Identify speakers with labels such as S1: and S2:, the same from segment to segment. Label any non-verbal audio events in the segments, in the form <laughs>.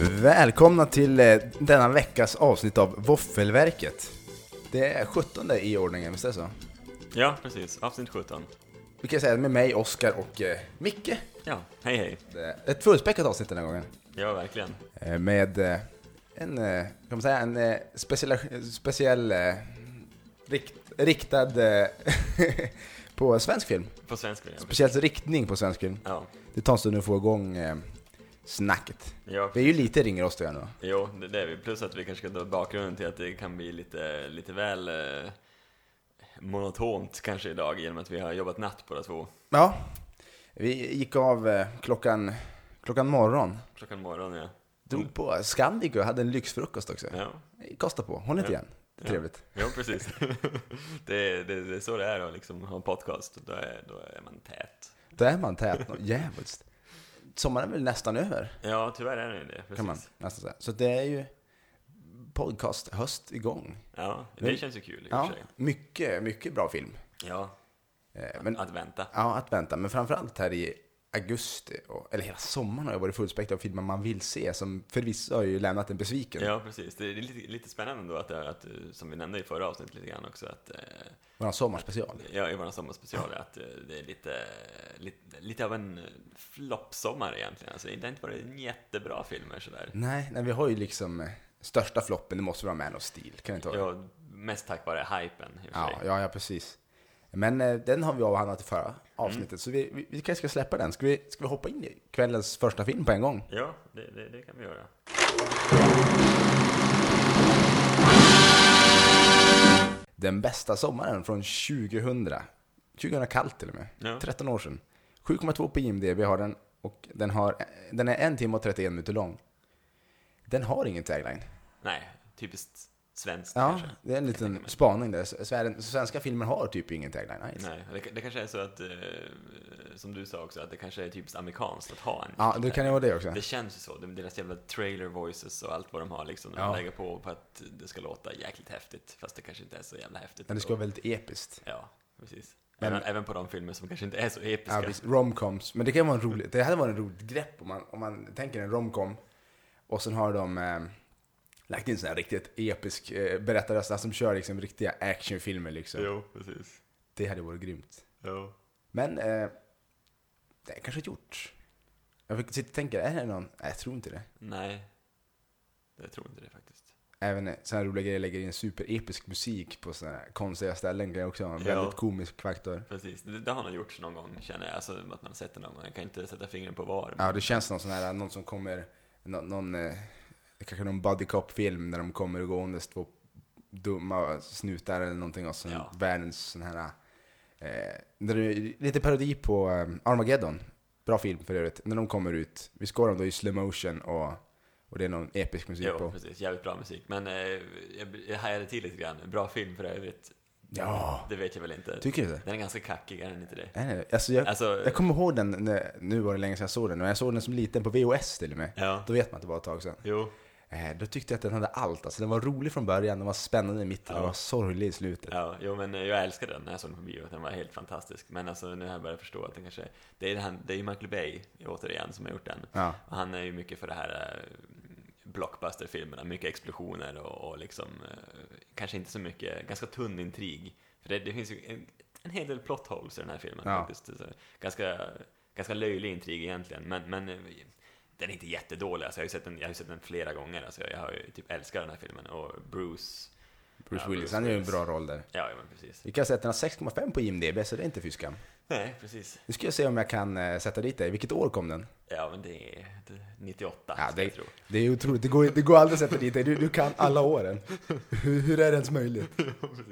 S1: Välkomna till eh, denna veckas avsnitt av Våffelverket. Det är 17 i ordningen, visst är det så?
S2: Ja, precis. Avsnitt 17.
S1: Vi kan säga med mig, Oskar och eh, Micke.
S2: Ja, hej hej.
S1: Det är ett fullspäckat avsnitt den här gången.
S2: Ja, verkligen.
S1: Eh, med eh, en, eh, kan man säga, en eh, speciell, speciell eh, rikt, riktad eh, <laughs> på svensk film.
S2: På svenska. Ja.
S1: Speciellt riktning på svensk film.
S2: Ja,
S1: Det tar en stund att få igång eh, snacket.
S2: ja.
S1: Vi är ju lite ringer oss nu.
S2: Jo, det, det är vi. Plus att vi kanske ska ta bakgrunden till att det kan bli lite, lite väl eh, monotont kanske idag genom att vi har jobbat natt båda två.
S1: Ja, vi gick av eh, klockan, klockan morgon.
S2: Klockan morgon, ja. Mm.
S1: Drog på Scandic och hade en lyxfrukost också.
S2: Ja,
S1: Kosta på, håll inte
S2: Ja.
S1: igen. Det är trevligt.
S2: ja precis. <laughs> det, det, det är så det är att liksom ha en podcast. Då är, då är man tät.
S1: Då är man tät något jävligt. Sommaren är väl nästan över,
S2: Ja, tyvärr är det ju det. Precis.
S1: kan man nästan säga. Så det är ju podcast-höst igång.
S2: Ja,
S1: Men-
S2: det känns ju kul i och
S1: Ja,
S2: för sig.
S1: mycket, mycket bra film.
S2: Ja,
S1: Eh, Men,
S2: att vänta.
S1: ja, att vänta. Men framförallt här i augusti, och, eller hela sommaren har jag varit fullspäckad av filmer man vill se, som förvisso har ju lämnat en besviken.
S2: Ja, precis. Det är lite, lite spännande ändå att, det är att, eh, som vi nämnde i förra avsnittet lite grann också, att eh,
S1: Våran sommarspecial.
S2: ja, i vår sommarspecial, att eh, det är lite, lite, lite av en eh, floppsommar egentligen. Alltså, det har inte varit en jättebra filmer sådär.
S1: Nej, nej, vi har ju liksom eh, största floppen, det måste vara Man of Steel. Kan vi inte ha det?
S2: Ja, mest tack vare hypen i och för
S1: Ja,
S2: sig.
S1: ja, ja, precis. Men eh, den har vi avhandlat i förra
S2: Mm.
S1: avsnittet, så vi, vi, vi kanske ska släppa den. Ska vi, ska vi hoppa in i kvällens första film på en gång?
S2: Ja, det, det, det kan vi göra.
S1: Den bästa sommaren från 2000. 2000 kallt till och med.
S2: Ja.
S1: 13 år sedan. 7,2 på IMDB har den och den, har, den är en timme och 31 minuter lång. Den har ingen tagline.
S2: Nej, typiskt svenskt
S1: Ja,
S2: kanske.
S1: det är en liten spaning där. Sven- Svenska filmer har typ ingen tagline. Nej.
S2: Nej, det, det kanske är så att, eh, som du sa också, att det kanske är typiskt amerikanskt att ha en
S1: Ja, det kan ju vara det också.
S2: Det känns ju så. De- Deras jävla trailer voices och allt vad de har liksom. De
S1: Ja.
S2: lägger på på att det ska låta jäkligt häftigt. Fast det kanske inte är så jävla häftigt.
S1: Men det ska
S2: ändå.
S1: vara väldigt episkt.
S2: Ja, precis.
S1: Men-
S2: Även, även på de filmer som kanske inte är så episka.
S1: Ja, visst, romcoms. Men det kan vara en rolig, det hade varit en roligt grepp om man, om man tänker en romcom och sen har de eh, lagt in sån här riktigt episk eh, berättarröst, alltså som kör liksom riktiga actionfilmer liksom.
S2: Jo, precis.
S1: Det hade varit grymt.
S2: Jo.
S1: Men eh, det är kanske gjort. Jag fick sitta och tänka, är det någon? Nej, jag tror inte det.
S2: Nej. Jag tror inte det faktiskt.
S1: Även sådana roliga grejer lägger in superepisk musik på sådana här konstiga ställen kan ju också vara en
S2: Ja.
S1: väldigt komisk faktor.
S2: Precis. Det, det har nog gjorts någon gång känner jag. Alltså att man har sett det någon gång. Jag kan inte sätta fingret på var.
S1: Ja, det känns någon sån här, någon som kommer, någon, någon eh, kanske någon buddy cop-film när de kommer och gåendes två dumma snutar eller någonting och sen
S2: Ja.
S1: världens sån här, eh, när det är lite parodi på eh, Armageddon, bra film för övrigt, när de kommer ut, vi skårar dem då i slow motion och, och det är någon episk musik
S2: Jo,
S1: på.
S2: precis. Jävligt bra musik. Men eh, jag, jag hajade till lite grann. Bra film för övrigt.
S1: Ja,
S2: Det vet jag väl inte.
S1: tycker du det?
S2: Den är ganska kackig, är den inte det?
S1: Nej, nej, Alltså jag,
S2: Alltså,
S1: jag kommer ihåg den, när, nu var det länge sedan jag såg den, men jag såg den som liten på VHS till och med.
S2: ja.
S1: Då vet man att det var ett tag sedan.
S2: Jo.
S1: Eh, Då tyckte jag att den hade allt. Alltså, den var rolig från början, den var spännande i mitten,
S2: Ja.
S1: den var sorglig i slutet.
S2: Ja, jo, men eh, jag älskade den när jag såg den på bio, den var helt fantastisk. Men alltså, nu har jag börjat förstå att den kanske... Det är, det här, det är ju Michael Bay, återigen, som har gjort den.
S1: Ja.
S2: Och han är ju mycket för det här eh, blockbusterfilmerna, mycket explosioner och, och liksom... Eh, kanske inte så mycket, ganska tunn intrig. För det, det finns ju en, en hel del plot holes i den här filmen
S1: Ja.
S2: faktiskt. Så, ganska, ganska löjlig intrig egentligen, men... men eh, den är inte jättedålig, alltså jag, har ju sett den, jag har ju sett den flera gånger, alltså jag, jag har ju typ älskat den här filmen. Och Bruce...
S1: Bruce
S2: Ja,
S1: Willis,
S2: Bruce
S1: han gör ju en
S2: Willis.
S1: bra roll där.
S2: Ja, ja men precis.
S1: Vi kan säga att den har 6,5 på IMDB, så det är inte fy skam.
S2: Nej, precis.
S1: Nu ska jag se om jag kan eh, sätta dit dig. Vilket år kom den?
S2: Ja, men det är det är 98,
S1: Ja,
S2: ska
S1: det,
S2: jag tro.
S1: det är otroligt, det går, det går aldrig att sätta dit dig. Du, du kan alla åren. Hur, hur är det ens möjligt?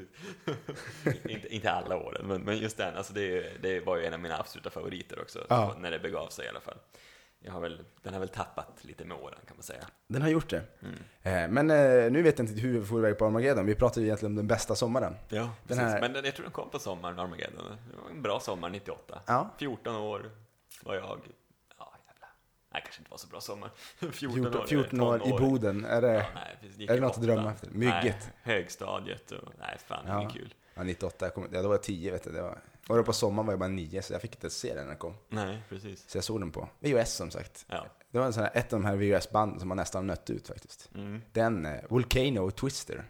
S1: <laughs>
S2: <laughs> inte, inte alla åren, men, men just den. Alltså det, är ju- det var ju en av mina absoluta favoriter också,
S1: Ja.
S2: när det begav sig i alla fall. Jag har väl, den har väl tappat lite med åren, kan man säga.
S1: Den har gjort det.
S2: Mm.
S1: Eh, Men eh, nu vet jag inte hur vi får iväg på Armageddon. Vi pratar ju egentligen om den bästa sommaren.
S2: Ja,
S1: Den
S2: precis.
S1: här-
S2: Men den, jag tror den kom på sommaren, Armageddon. Det var en bra sommar 98.
S1: Ja.
S2: 14 år var jag. Ja, jävlar. Nej, kanske inte var så bra sommar. <laughs> 14,
S1: 14
S2: år,
S1: 14 år i
S2: tonåring.
S1: Boden. Är
S2: Ja,
S1: det,
S2: nej, precis. Gick
S1: är
S2: i
S1: det något att
S2: åttan.
S1: drömma efter? Mygget.
S2: Nej, högstadiet och, nej, fan,
S1: Ja.
S2: inget kul.
S1: Ja, 98, jag kommer, ja, då var jag 10 vet du. Det var, var det på sommaren var jag bara 9 så jag fick inte se den när den kom.
S2: Nej, precis.
S1: Så jag såg den på VHS som sagt.
S2: Ja.
S1: Det var en sån här, ett av de här VHS-banden som man nästan nött ut faktiskt.
S2: Mm.
S1: Den, eh, Volcano och Twister.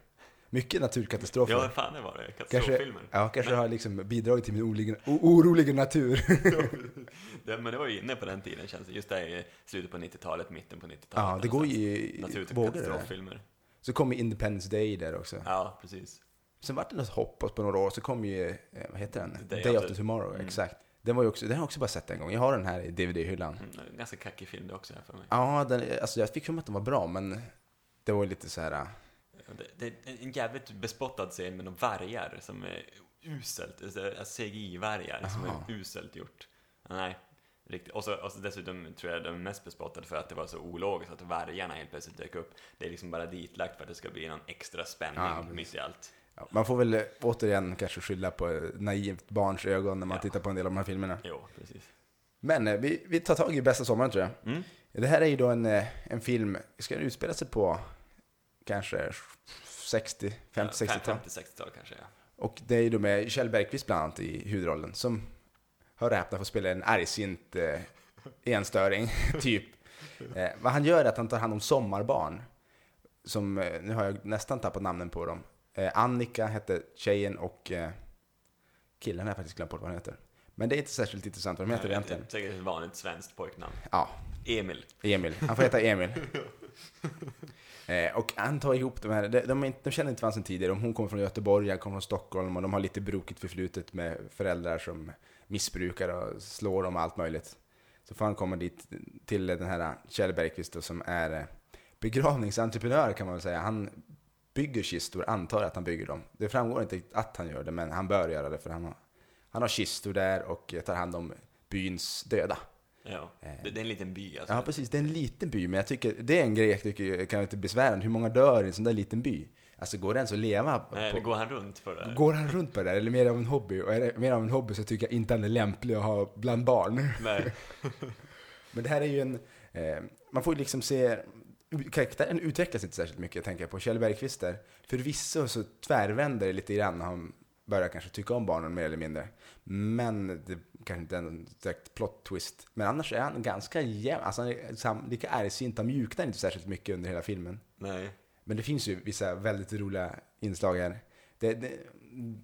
S1: Mycket naturkatastrofer.
S2: Ja, fan det var det. Katastroffilmer.
S1: ja, kanske har liksom bidragit till min olika, o- oroliga
S2: <laughs>
S1: natur.
S2: Det, men det var ju inne på den tiden känns det. Just där i slutet på 90-talet, mitten på 90-talet.
S1: ja, det går ju
S2: någonstans.
S1: i i
S2: Natur till
S1: vågor det där.
S2: katastroffilmer.
S1: Så kom ju Independence Day där också.
S2: Ja, precis.
S1: Sen vart det något hopp på några år, så kom ju, eh, vad heter den?
S2: Day
S1: Day, After,
S2: After-
S1: Tomorrow,
S2: Mm.
S1: exakt. Den, var ju också, den har jag också bara sett en gång. Jag har den här i DVD-hyllan.
S2: Mm, en ganska kackig film det också här för mig.
S1: Ja, den, alltså jag fick för mig att den var bra, men det var ju lite så här... eh,
S2: Det, det är en- en jävligt bespottad scen med några vargar som är uselt, alltså CGI-vargar som
S1: Aha.
S2: är uselt gjort. Nej, riktigt. Och så, och så dessutom tror jag den är mest bespottad för att det var så ologiskt att vargarna helt plötsligt dök upp. Det är liksom bara ditlagt för att det ska bli någon extra spänning
S1: Ja, precis.
S2: mitt i allt.
S1: Ja, man får väl eh, återigen kanske skylla på eh, naivt barns ögon när man
S2: Ja.
S1: tittar på en del av de här filmerna.
S2: Jo, precis.
S1: Men eh, vi, vi tar tag i bästa sommaren tror jag.
S2: Mm.
S1: Det här är ju då en, eh, en film, ska den utspela sig på kanske 60, 50-60-tal?
S2: 50-60-tal kanske, ja.
S1: Och det är ju då med Kjell Bergqvist bland annat i huvudrollen som, hör och häpna, får spela en argsint eh, enstöring, <laughs> typ. Eh, vad han gör är att han tar hand om sommarbarn. Som, eh, nu har jag nästan tappat namnen på dem. Eh, Annika hette tjejen och eh, killen har jag faktiskt glömt bort vad han heter. Men det är inte särskilt intressant vad de heter
S2: Ett-
S1: egentligen.
S2: ett- Säkert ett vanligt svenskt pojknamn.
S1: Ja,
S2: Emil.
S1: Emil. Han får heta Emil. Eh, och han tar ihop de här, de, de, är inte, de känner inte varandra sedan tidigare. Om Hon kommer från Göteborg, han kommer från Stockholm och de har lite brokigt förflutet med föräldrar som missbrukar och slår dem och allt möjligt. Så får han komma dit till den här Kjell Bergqvist då, som är eh, begravningsentreprenör kan man väl säga. Han bygger kistor, antar jag att han bygger dem. Det framgår inte riktigt att han gör det, men han bör göra det för han har, han har kistor där och eh, tar hand om byns döda.
S2: Ja. Det, det är en liten by alltså.
S1: Eh. Ja, precis. Det är en liten by, men jag tycker, det är en grej jag tycker kan vara lite besvärande. Hur många dör i en sån där liten by? Alltså, går det ens att leva?
S2: Nej,
S1: på,
S2: eller går han runt för det? här?
S1: går han runt på det där, eller mer av en hobby? Och är det mer av en hobby så tycker jag inte han är lämplig att ha bland barn.
S2: Nej.
S1: Men det här är ju en... Eh, man får ju liksom se... Karaktären utvecklas inte särskilt mycket, tänker jag på. Kjell Bergqvist där. Förvisso så tvärvänder det lite grann när han börjar kanske tycka om barnen mer eller mindre. Men det kanske inte är en direkt plot twist. Men annars är han ganska jämn. Alltså han är sam, lika argsint, han mjuknar inte särskilt mycket under hela filmen.
S2: Nej.
S1: Men det finns ju vissa väldigt roliga inslag här. Det, det,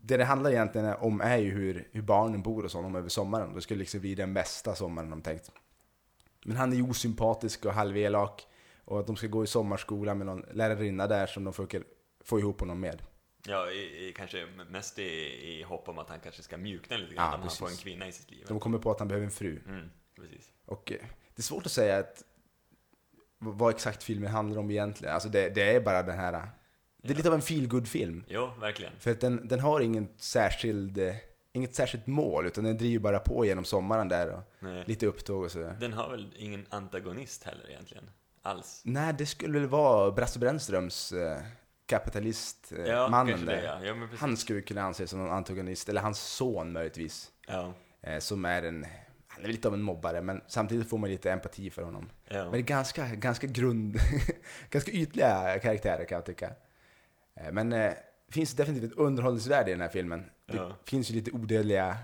S1: det det handlar egentligen om är ju hur, hur barnen bor och sånt över sommaren. Det skulle liksom bli den bästa sommaren de tänkt. Men han är ju osympatisk och halvelak. Och att de ska gå i sommarskola med någon lärarinna där som de försöker få ihop honom med.
S2: Ja, i, i, kanske mest i, i hopp om att han kanske ska mjukna
S1: Ja,
S2: lite grann om han
S1: precis.
S2: får en kvinna i sitt liv.
S1: De kommer på att han behöver en fru.
S2: Mm, precis.
S1: Och eh, det är svårt att säga att, v- vad exakt filmen handlar om egentligen. Alltså det, det är bara den här... eh, Det är lite av en feel film
S2: Jo, verkligen.
S1: För att den, den har ingen särskild, eh, inget särskilt mål, utan den driver bara på genom sommaren där och
S2: Nej.
S1: lite upptåg och sådär.
S2: Den har väl ingen antagonist heller egentligen? Alls.
S1: Nej, det skulle väl vara Brasse Brännströms eh, kapitalist, eh,
S2: Ja,
S1: mannen
S2: kanske det,
S1: där.
S2: ja. ja men precis.
S1: Han skulle kunna anses som någon antagonist, eller hans son möjligtvis,
S2: Ja,
S1: eh, som är en, han är lite av en mobbare, men samtidigt får man lite empati för honom.
S2: ja.
S1: Men det är ganska, ganska grund, <laughs> ganska ytliga karaktärer kan jag tycka. Eh, Men eh, det finns definitivt ett underhållningsvärde i den här filmen. Det
S2: Ja.
S1: finns ju lite odödliga,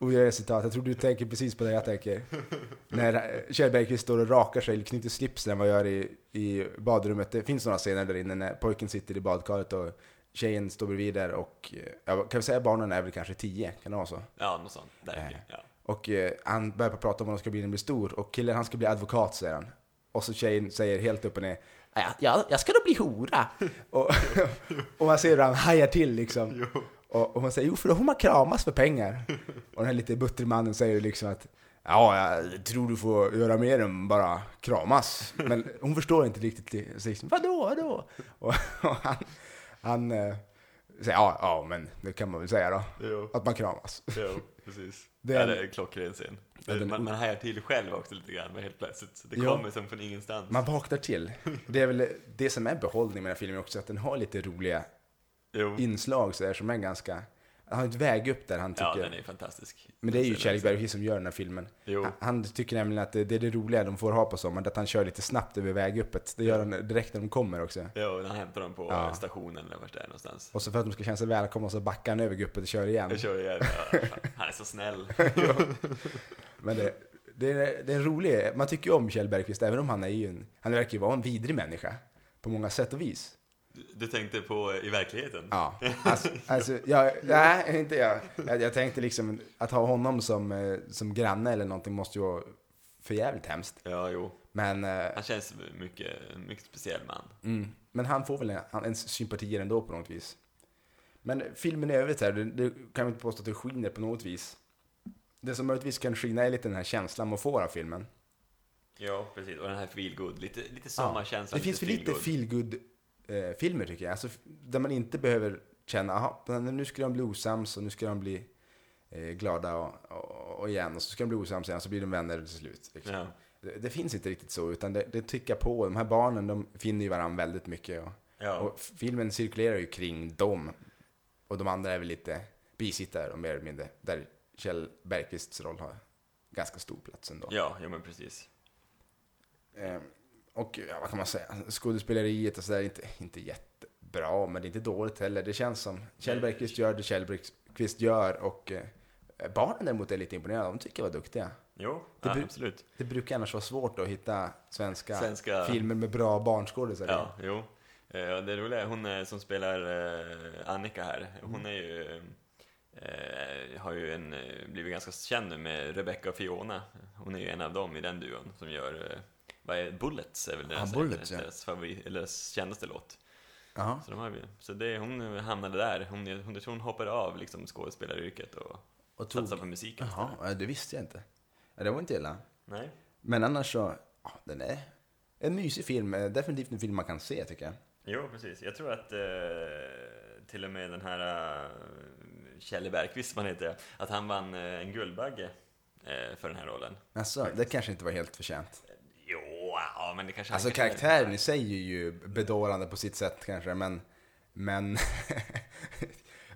S1: odödliga citat. Jag tror du tänker precis på det jag tänker. När eh, Kjell Bergqvist står och rakar sig, eller knyter slipsen, vad gör i, i badrummet. Det finns några scener där inne när pojken sitter i badkaret och tjejen står bredvid där och, eh, ja, kan vi säga barnen är väl kanske tio, kan det vara så?
S2: ja, något sånt. Där,
S1: Nej.
S2: ja.
S1: Och eh, han börjar prata om vad han ska bli när han blir stor. Och killen han ska bli advokat säger han. Och så tjejen säger helt upp och ner. "Ja, Jag, jag ska då bli hora. och, <laughs> och man ser hur han hajar till liksom. Och, och man säger jo för då får man kramas för pengar. och den här lite buttre mannen säger liksom att ja jag tror du får göra mer än bara kramas. Men hon förstår inte riktigt. det. Så Liksom, vadå, vadå? Och, <laughs> och han, han eh, säger ja, ja men det kan man väl säga då.
S2: Jo,
S1: Att man kramas.
S2: jo, precis.
S1: Det
S2: Det
S1: är-
S2: är, ja, det är en klockren scen.
S1: Ja, den-
S2: man, man hajar till själv också lite grann men helt plötsligt. Så Det
S1: Ja.
S2: kommer som från ingenstans.
S1: Man vaknar till. Det är väl det som är behållningen med den här filmen också, att den har lite roliga
S2: jo.
S1: inslag så där, som är ganska... Han har ett väg upp där han
S2: Ja,
S1: tycker...
S2: den är fantastisk.
S1: men det är ju
S2: Den
S1: Kjell
S2: scenen.
S1: Bergqvist som gör den här filmen.
S2: Jo.
S1: Han, han tycker nämligen att det, det är det roliga de får ha på sommaren, att han kör lite snabbt över väguppet. Det gör han direkt när de kommer också.
S2: Jo, när han hämtar dem på
S1: Ja.
S2: stationen eller vart det är någonstans.
S1: Och så för att de ska känna sig välkomna så backar han över guppet och kör igen.
S2: Jag kör igen. Ja, fan, Han är så snäll.
S1: Men det, Det är, det är en rolig, man tycker ju om Kjell Bergqvist även om han är ju en, han verkar ju vara en vidrig människa på många sätt och vis.
S2: Du, du tänkte på eh, i verkligheten?
S1: Ja, alltså, alltså jag, nej, inte jag. jag. Jag tänkte liksom att ha honom som, eh, som granne eller någonting måste ju vara för jävligt hemskt.
S2: Ja, jo.
S1: Men, eh,
S2: Han känns mycket, mycket speciell man.
S1: mm, men han får väl en, han- ens sympatier ändå på något vis. Men filmen i övrigt här, det, det kan vi inte påstå att det skiner på något vis. Det som möjligtvis kan skina är lite den här känslan man får av filmen.
S2: Ja, precis. Och den här feel good. Lite, lite sommarkänsla.
S1: Det finns för lite
S2: feel
S1: feelgood eh, filmer tycker jag. Alltså, f- där man inte behöver känna, aha, den- nu ska de bli osams och nu ska de bli eh, glada och, och, och igen. Och så ska de bli osams igen och så blir de vänner till slut.
S2: good.
S1: Liksom.
S2: Ja.
S1: Det, det finns inte riktigt så, utan det, det tickar på. De här barnen, de finner ju varandra väldigt mycket. Och,
S2: Ja.
S1: och filmen cirkulerar ju kring dem. Och de andra är väl lite bisittare och mer eller mindre. Där Kjell Bergqvists roll har ganska stor plats ändå.
S2: ja, ja, men precis.
S1: Eh, och ja, vad kan man säga, skådespeleriet och sådär, är inte, inte jättebra, men det är inte dåligt heller. Det känns som Kjell Bergqvist gör det Kjell Bergqvist gör och eh, barnen däremot är lite imponerade, de tycker jag var duktiga.
S2: Jo,
S1: Det
S2: ja,
S1: bru-
S2: absolut.
S1: Det brukar annars vara svårt att hitta svenska,
S2: Svenska-
S1: filmer med bra barnskådisar.
S2: Ja, jo. Eh, och Det roliga är hon eh, som spelar eh, Annika här, hon är ju, eh, har ju en, eh, blivit ganska känd nu med Rebecca och Fiona. Hon är ju en av dem i den duon som gör, eh, vad är Bullets är väl deras,
S1: Ah, Bullets, ja.
S2: deras, favorit, eller deras kändaste låt.
S1: Jaha.
S2: Så, de har, ju- så det, hon hamnade där, hon, hon, jag tror hon hoppade av liksom, skådespelaryrket och
S1: Och tog...
S2: satsade på musiken.
S1: Jaha, ja, det visste jag inte. Ja, det var inte illa.
S2: Nej.
S1: Men annars så, ja, den är en mysig film. eh, Definitivt en film man kan se tycker jag.
S2: Jo, precis. Jag tror att eh, till och med den här eh, Kjell Bergqvist, som han heter, att han vann eh, en Guldbagge eh, för den här rollen.
S1: Alltså, det kanske inte var helt förtjänt.
S2: Jo, ja, men det kanske
S1: Alltså
S2: han kanske-
S1: karaktären i sig är ju bedårande på sitt sätt kanske, men... men <laughs>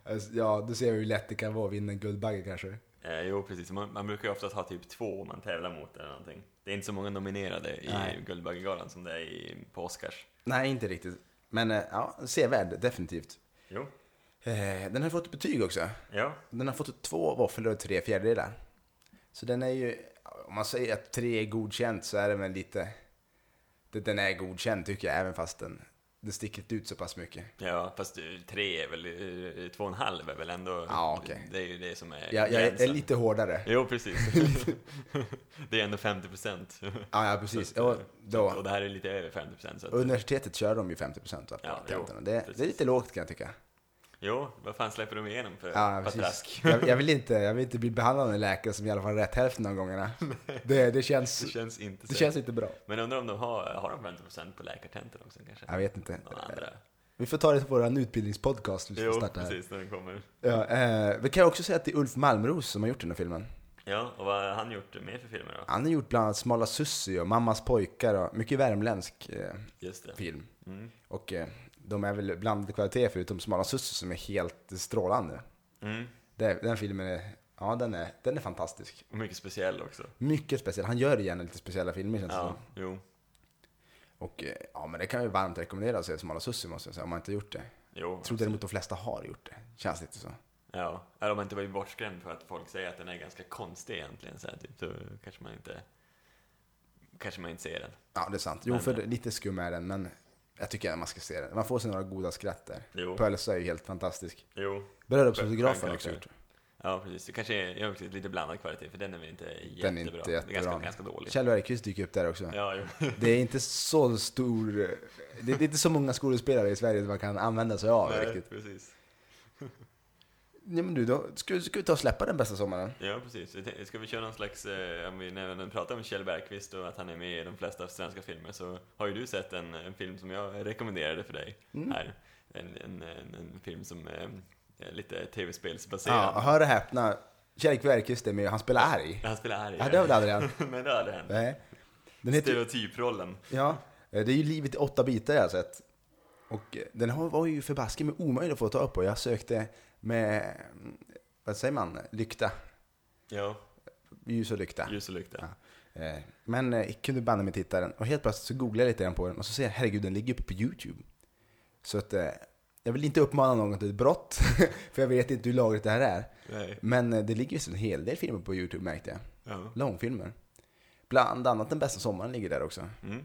S1: alltså, ja, du ser hur lätt det kan vara att vinna en Guldbagge kanske.
S2: Eh, jo, precis. Man, man brukar ju oftast ha typ två om man tävlar mot eller någonting. Det är inte så många nominerade i
S1: Nej.
S2: Guldbaggegalan som det är i, på Oscars.
S1: Nej, inte riktigt. Men eh, ja, sevärd, definitivt.
S2: Jo,
S1: Eh, Den har fått ett betyg också.
S2: ja,
S1: Den har fått två våfflor och tre fjärdedelar. Så den är ju, om man säger att tre är godkänt så är den väl lite... det- Den är godkänd tycker jag, även fast den, den sticker inte ut så pass mycket.
S2: ja, fast eh, tre är väl, eh, två och en halv är väl ändå,
S1: Ja, okej.
S2: det är ju det som är
S1: Jag, jag är- är
S2: gränsen.
S1: lite hårdare.
S2: Jo,
S1: <laughs>
S2: precis. det är ändå 50 procent.
S1: Ja, ja precis.
S2: Så
S1: Och
S2: att,
S1: då,
S2: Och det här är lite över 50 procent.
S1: Och Universitetet kör de ju 50% av
S2: Ja,
S1: patenterna.
S2: jo,
S1: det,
S2: precis.
S1: det är lite lågt kan jag tycka.
S2: Jo, vad fan släpper de igenom för
S1: Ja,
S2: patrask?
S1: precis. Jag, jag, vill inte, jag vill inte bli behandlad av en läkare som i alla fall har rätt hälften av
S2: <laughs>
S1: gångerna. Det, det, känns,
S2: Det känns inte
S1: det
S2: så.
S1: känns inte bra.
S2: Men undrar om de har, har de 50 procent på läkartenten också kanske?
S1: Jag vet inte.
S2: Någon andra?
S1: Vi får ta det på vår utbildningspodcast. Vi ska
S2: Jo,
S1: starta här.
S2: precis, när den kommer.
S1: Ja, eh, vi kan också säga att det är Ulf Malmros som har gjort den här filmen.
S2: Ja, och vad har han gjort mer för filmer då?
S1: Han har gjort bland annat Smala Sussi och Mammas pojkar och mycket värmländsk eh,
S2: Just det.
S1: film.
S2: Mm.
S1: Och eh, de är väl blandad kvalitet förutom Smala Sussi som är helt strålande.
S2: Mm.
S1: Det, den filmen är, ja, den är, den är fantastisk.
S2: Och mycket speciell också.
S1: Mycket speciell. Han gör gärna lite speciella filmer känns det
S2: Ja,
S1: som.
S2: jo.
S1: Och eh, ja, men det kan jag ju varmt rekommendera att se som alla sussi måste jag säga, om man inte gjort det.
S2: Jo.
S1: Jag tror däremot de flesta har gjort det. Känns lite så.
S2: Ja, eller om man inte varit bortskrämd för att folk säger att den är ganska konstig egentligen, så här, typ, då kanske man inte kanske man inte ser den.
S1: Ja, det är sant. Jo,
S2: Men- eh,
S1: för det- lite skum är den, men jag tycker att man ska se den. Man får sig några goda skratt där.
S2: Jo,
S1: Pölsa är ju helt fantastisk.
S2: jo.
S1: Bröllopsfotografen
S2: Skön
S1: har också gjort.
S2: karaktär. Ja, precis. Det kanske är jag har också lite blandad kvalitet, för den är väl inte jättebra.
S1: Den är inte
S2: Det är ganska,
S1: jättebra.
S2: ganska dålig.
S1: Kjell Bergqvist dyker upp där också.
S2: Ja, jo.
S1: Det är inte så stor... Det är inte så många skådespelare i Sverige som man kan använda sig av
S2: Nej,
S1: riktigt.
S2: precis.
S1: Ja, men du, då ska, ska vi ta och släppa den bästa sommaren?
S2: Ja, precis. Jag tänkte- Ska vi köra någon slags, eh, om vi när vi pratar om Kjell Bergqvist och att han är med i de flesta svenska filmer, så har ju du sett en, en film som jag rekommenderade för dig
S1: Mm.
S2: här. En, en, en, en film som eh, är lite
S1: Ja, och
S2: tv-spelsbaserad.
S1: hör och häpna. Kjell Bergqvist är med och han spelar arg.
S2: Han spelar arg.
S1: Ja, det har väl aldrig hänt?
S2: <laughs> Men det har aldrig
S1: <laughs>
S2: hänt.
S1: Nej. Den heter, ju-
S2: Stereotyprollen.
S1: ja, eh, det är ju Livet i åtta bitar jag har sett. Och eh, den har- var ju förbaskat med omöjlig att få ta upp på. Jag sökte med, mm, vad säger man, lykta.
S2: Ja,
S1: Ljus och lykta.
S2: ljus och lykta.
S1: Eh, Men eh, jag kunde banne mig titta den. Och helt plötsligt så googlade jag lite grann på den och så ser jag, herregud den ligger uppe på YouTube. Så att eh, jag vill inte uppmana någon till ett brott. <laughs> för jag vet inte hur lagligt det här är.
S2: Nej.
S1: Men eh, det ligger visst en hel del filmer på YouTube märkte jag.
S2: Ja.
S1: Långfilmer. Bland annat Den bästa sommaren ligger där också.
S2: Mm.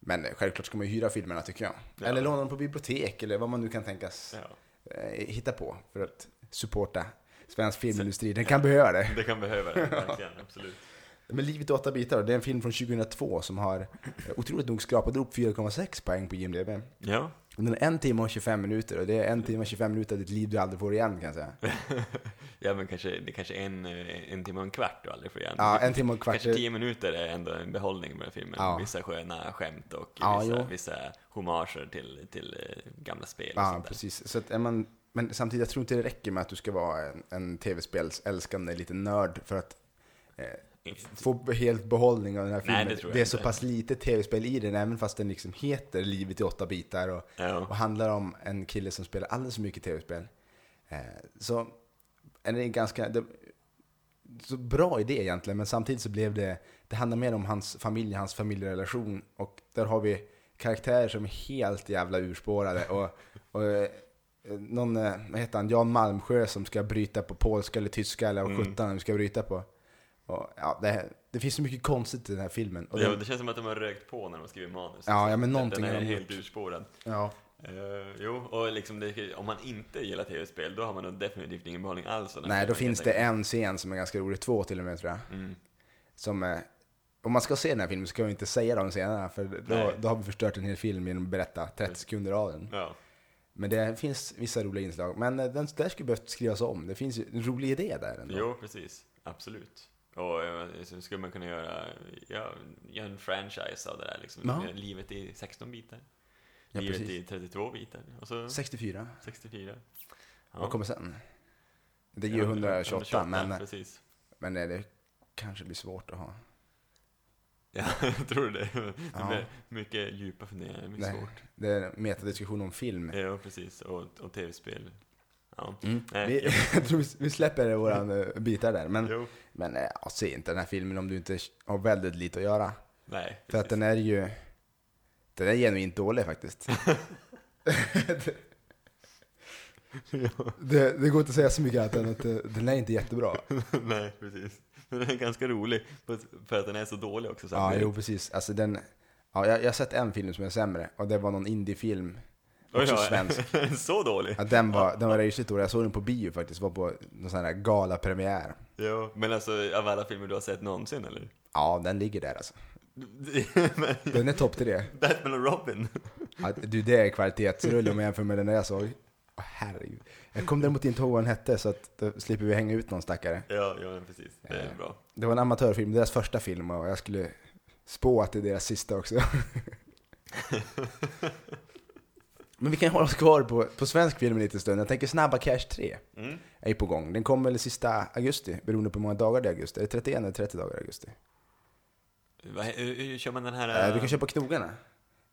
S1: Men eh, självklart ska man ju hyra filmerna tycker jag.
S2: Ja.
S1: Eller låna dem på bibliotek eller vad man nu kan tänkas
S2: Ja.
S1: eh, hitta på för att supporta svensk filmindustri. Den kan behöva det.
S2: Det kan
S1: <laughs>
S2: behöva det, verkligen. Absolut.
S1: Men Livet i åtta bitar, då, det är en film från 2002 som har eh, otroligt nog skrapat upp 4,6 poäng på IMDB.
S2: Ja.
S1: Den är en timme och 25 minuter och det är en timme och 25 minuter av ditt liv du aldrig får igen kan jag <laughs> säga.
S2: ja, men kanske, det kanske är en, eh, en timme och en kvart du aldrig får igen.
S1: Ja, en timme och en kvart.
S2: Kanske tio minuter är ändå en behållning med den filmen.
S1: Ja.
S2: Vissa sköna skämt och
S1: Ja,
S2: vissa,
S1: jo.
S2: vissa homager till, till eh, gamla spel och
S1: Ja,
S2: sånt där.
S1: precis. Så att, är man, men samtidigt, jag tror inte det räcker med att du ska vara en, en tv-spelsälskande liten nörd för att eh, få helt behållning av den här
S2: Nej,
S1: filmen.
S2: det tror jag
S1: är
S2: inte.
S1: så pass lite tv-spel i den, även fast den liksom heter Livet i åtta bitar och, och
S2: Ja.
S1: handlar om en kille som spelar alldeles för mycket tv-spel. Eh, så är det ganska det, så bra idé egentligen, men samtidigt så blev det, det handlar mer om hans familj, hans familjerelation och där har vi karaktärer som är helt jävla urspårade och, och eh, någon, eh, vad heter han, Jan Malmsjö som ska bryta på polska eller tyska eller vad
S2: Mm.
S1: sjutton han ska bryta på. Och, ja, det, det finns så mycket konstigt i den här filmen. Och
S2: Det,
S1: den,
S2: det känns som att de har rökt på när de har skrivit manus.
S1: ja, ja, men
S2: den
S1: någonting
S2: är
S1: har de
S2: helt
S1: gjort.
S2: urspårad.
S1: Ja.
S2: Eh, jo, och liksom det, om man inte gillar tv-spel, då har man nog definitivt ingen behållning alls av den
S1: Nej, då
S2: filmen,
S1: finns
S2: helt
S1: det en scen som är ganska rolig, två till och med tror jag.
S2: enkelt. Mm.
S1: Som, eh, om man ska se den här filmen så ska vi inte säga de scenerna, för då,
S2: Nej.
S1: då har vi förstört en hel film genom att berätta 30 sekunder av den.
S2: Ja.
S1: Men det finns vissa roliga inslag, men eh, den där skulle behövt skrivas om. Det finns ju en rolig idé där ändå.
S2: Jo, precis. Absolut. Och eh, så skulle man kunna göra, ja, göra en franchise av det där liksom.
S1: Ja.
S2: Göra Livet i 16 bitar,
S1: ja,
S2: livet
S1: precis.
S2: i 32 bitar, och så
S1: 64,
S2: 64. Ja.
S1: vad kommer sen? Det är ju 128, men,
S2: Precis. <laughs>
S1: men eh, det kanske blir svårt att ha.
S2: Ja, jag tror det. Det
S1: Ja.
S2: blir mycket djupa funderingar, mycket
S1: Nej.
S2: svårt.
S1: Det är en metadiskussion om film.
S2: Ja, precis. Och, och tv-spel. Ja.
S1: Mm.
S2: Nej,
S1: vi,
S2: jag-
S1: <laughs> jag tror vi- vi släpper våra eh, bitar där, men,
S2: Jo,
S1: men eh, ja, se inte den här filmen om du inte har väldigt lite att göra.
S2: nej.
S1: För att
S2: precis.
S1: den är ju... Den är genuint dålig
S2: <laughs>
S1: faktiskt. det, det går inte att säga så mycket annat än att eh, den är inte jättebra.
S2: nej, precis. <laughs> Men den är ganska rolig, på ett- för att den är så dålig också.
S1: Ja,
S2: samtidigt.
S1: jo precis. Alltså den... Ja, jag, jag har sett en film som är sämre och det var någon indiefilm.
S2: Oj
S1: Också
S2: då,
S1: svensk. Alltså,
S2: är den <laughs> så dålig?
S1: Ja, den var, den var rysligt dålig. Jag såg den på bio faktiskt. Var på någon sån här galapremiär.
S2: Ja, men alltså av alla filmer du har sett någonsin eller?
S1: Ja, den ligger där alltså. Den är topp till det.
S2: <laughs> Batman och Robin?
S1: Ja, du, det är kvalitetsrulle om jag jämför med den där jag såg. Åh, herregud. Jag kommer däremot inte ihåg vad den hette så att då slipper vi hänga ut någon stackare.
S2: Ja, ja men precis. Det är
S1: Eh.
S2: bra.
S1: Det var en amatörfilm, deras första film och jag skulle spå att det är deras sista också. Men vi kan hålla oss kvar på, på svensk film en liten stund. Jag tänker Snabba Cash 3
S2: Mm.
S1: är ju på gång. Den kommer väl sista augusti, beroende på hur många dagar det är i augusti. Är det 31 eller 30 dagar i augusti?
S2: Vad he- Hur, hur kör man den här?
S1: Eh,
S2: eh,
S1: Du kan köpa knogarna.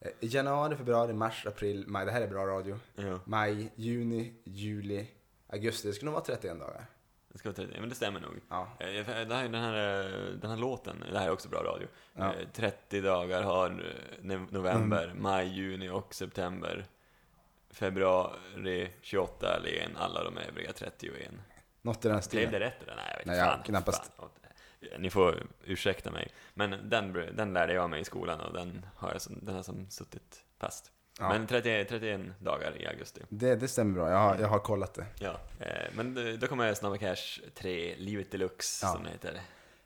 S1: Eh, Januari, februari, mars, april, maj. Det här är bra radio.
S2: Ja,
S1: Maj, juni, juli, augusti. Det skulle nog vara 31 dagar.
S2: det ska vara 30. Ja, men det stämmer nog.
S1: Ja.
S2: Eh, jag- Det här, den, här, eh, den här låten, det här är också bra radio.
S1: Ja.
S2: Eh, 30 dagar har eh, ne- november, maj, juni och september. Februari 28 allén, alla de övriga 31.
S1: Något i den
S2: Blev
S1: stilen.
S2: det rätt eller? Nej, jag vet
S1: Nej,
S2: inte.
S1: ja, knappast.
S2: Fan. Ni får ursäkta mig. Men den, br- den lärde jag mig i skolan och den har, jag som, den har som suttit fast.
S1: Ja.
S2: Men 30, 31 dagar i augusti.
S1: Det, det stämmer bra, jag har, jag har kollat det.
S2: Ja. Eh, men d- då kommer Snabba Cash 3, Livet Deluxe,
S1: Ja.
S2: som det heter.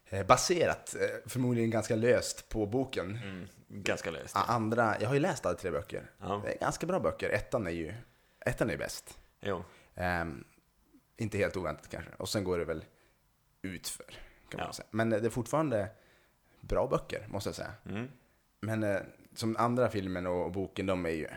S1: Eh, Baserat, eh, förmodligen ganska löst, på boken.
S2: Mm, ganska löst.
S1: A- Andra, jag har ju läst alla tre böcker.
S2: Ja.
S1: Det är ganska bra böcker. Ettan är ju, ettan är ju bäst.
S2: Jo.
S1: Ehm, inte helt oväntat kanske. Och sen går det väl utför, kan man
S2: Ja.
S1: säga. Men eh, det är fortfarande bra böcker, måste jag säga.
S2: Mm.
S1: Men eh, som andra filmen och, och boken, de är ju...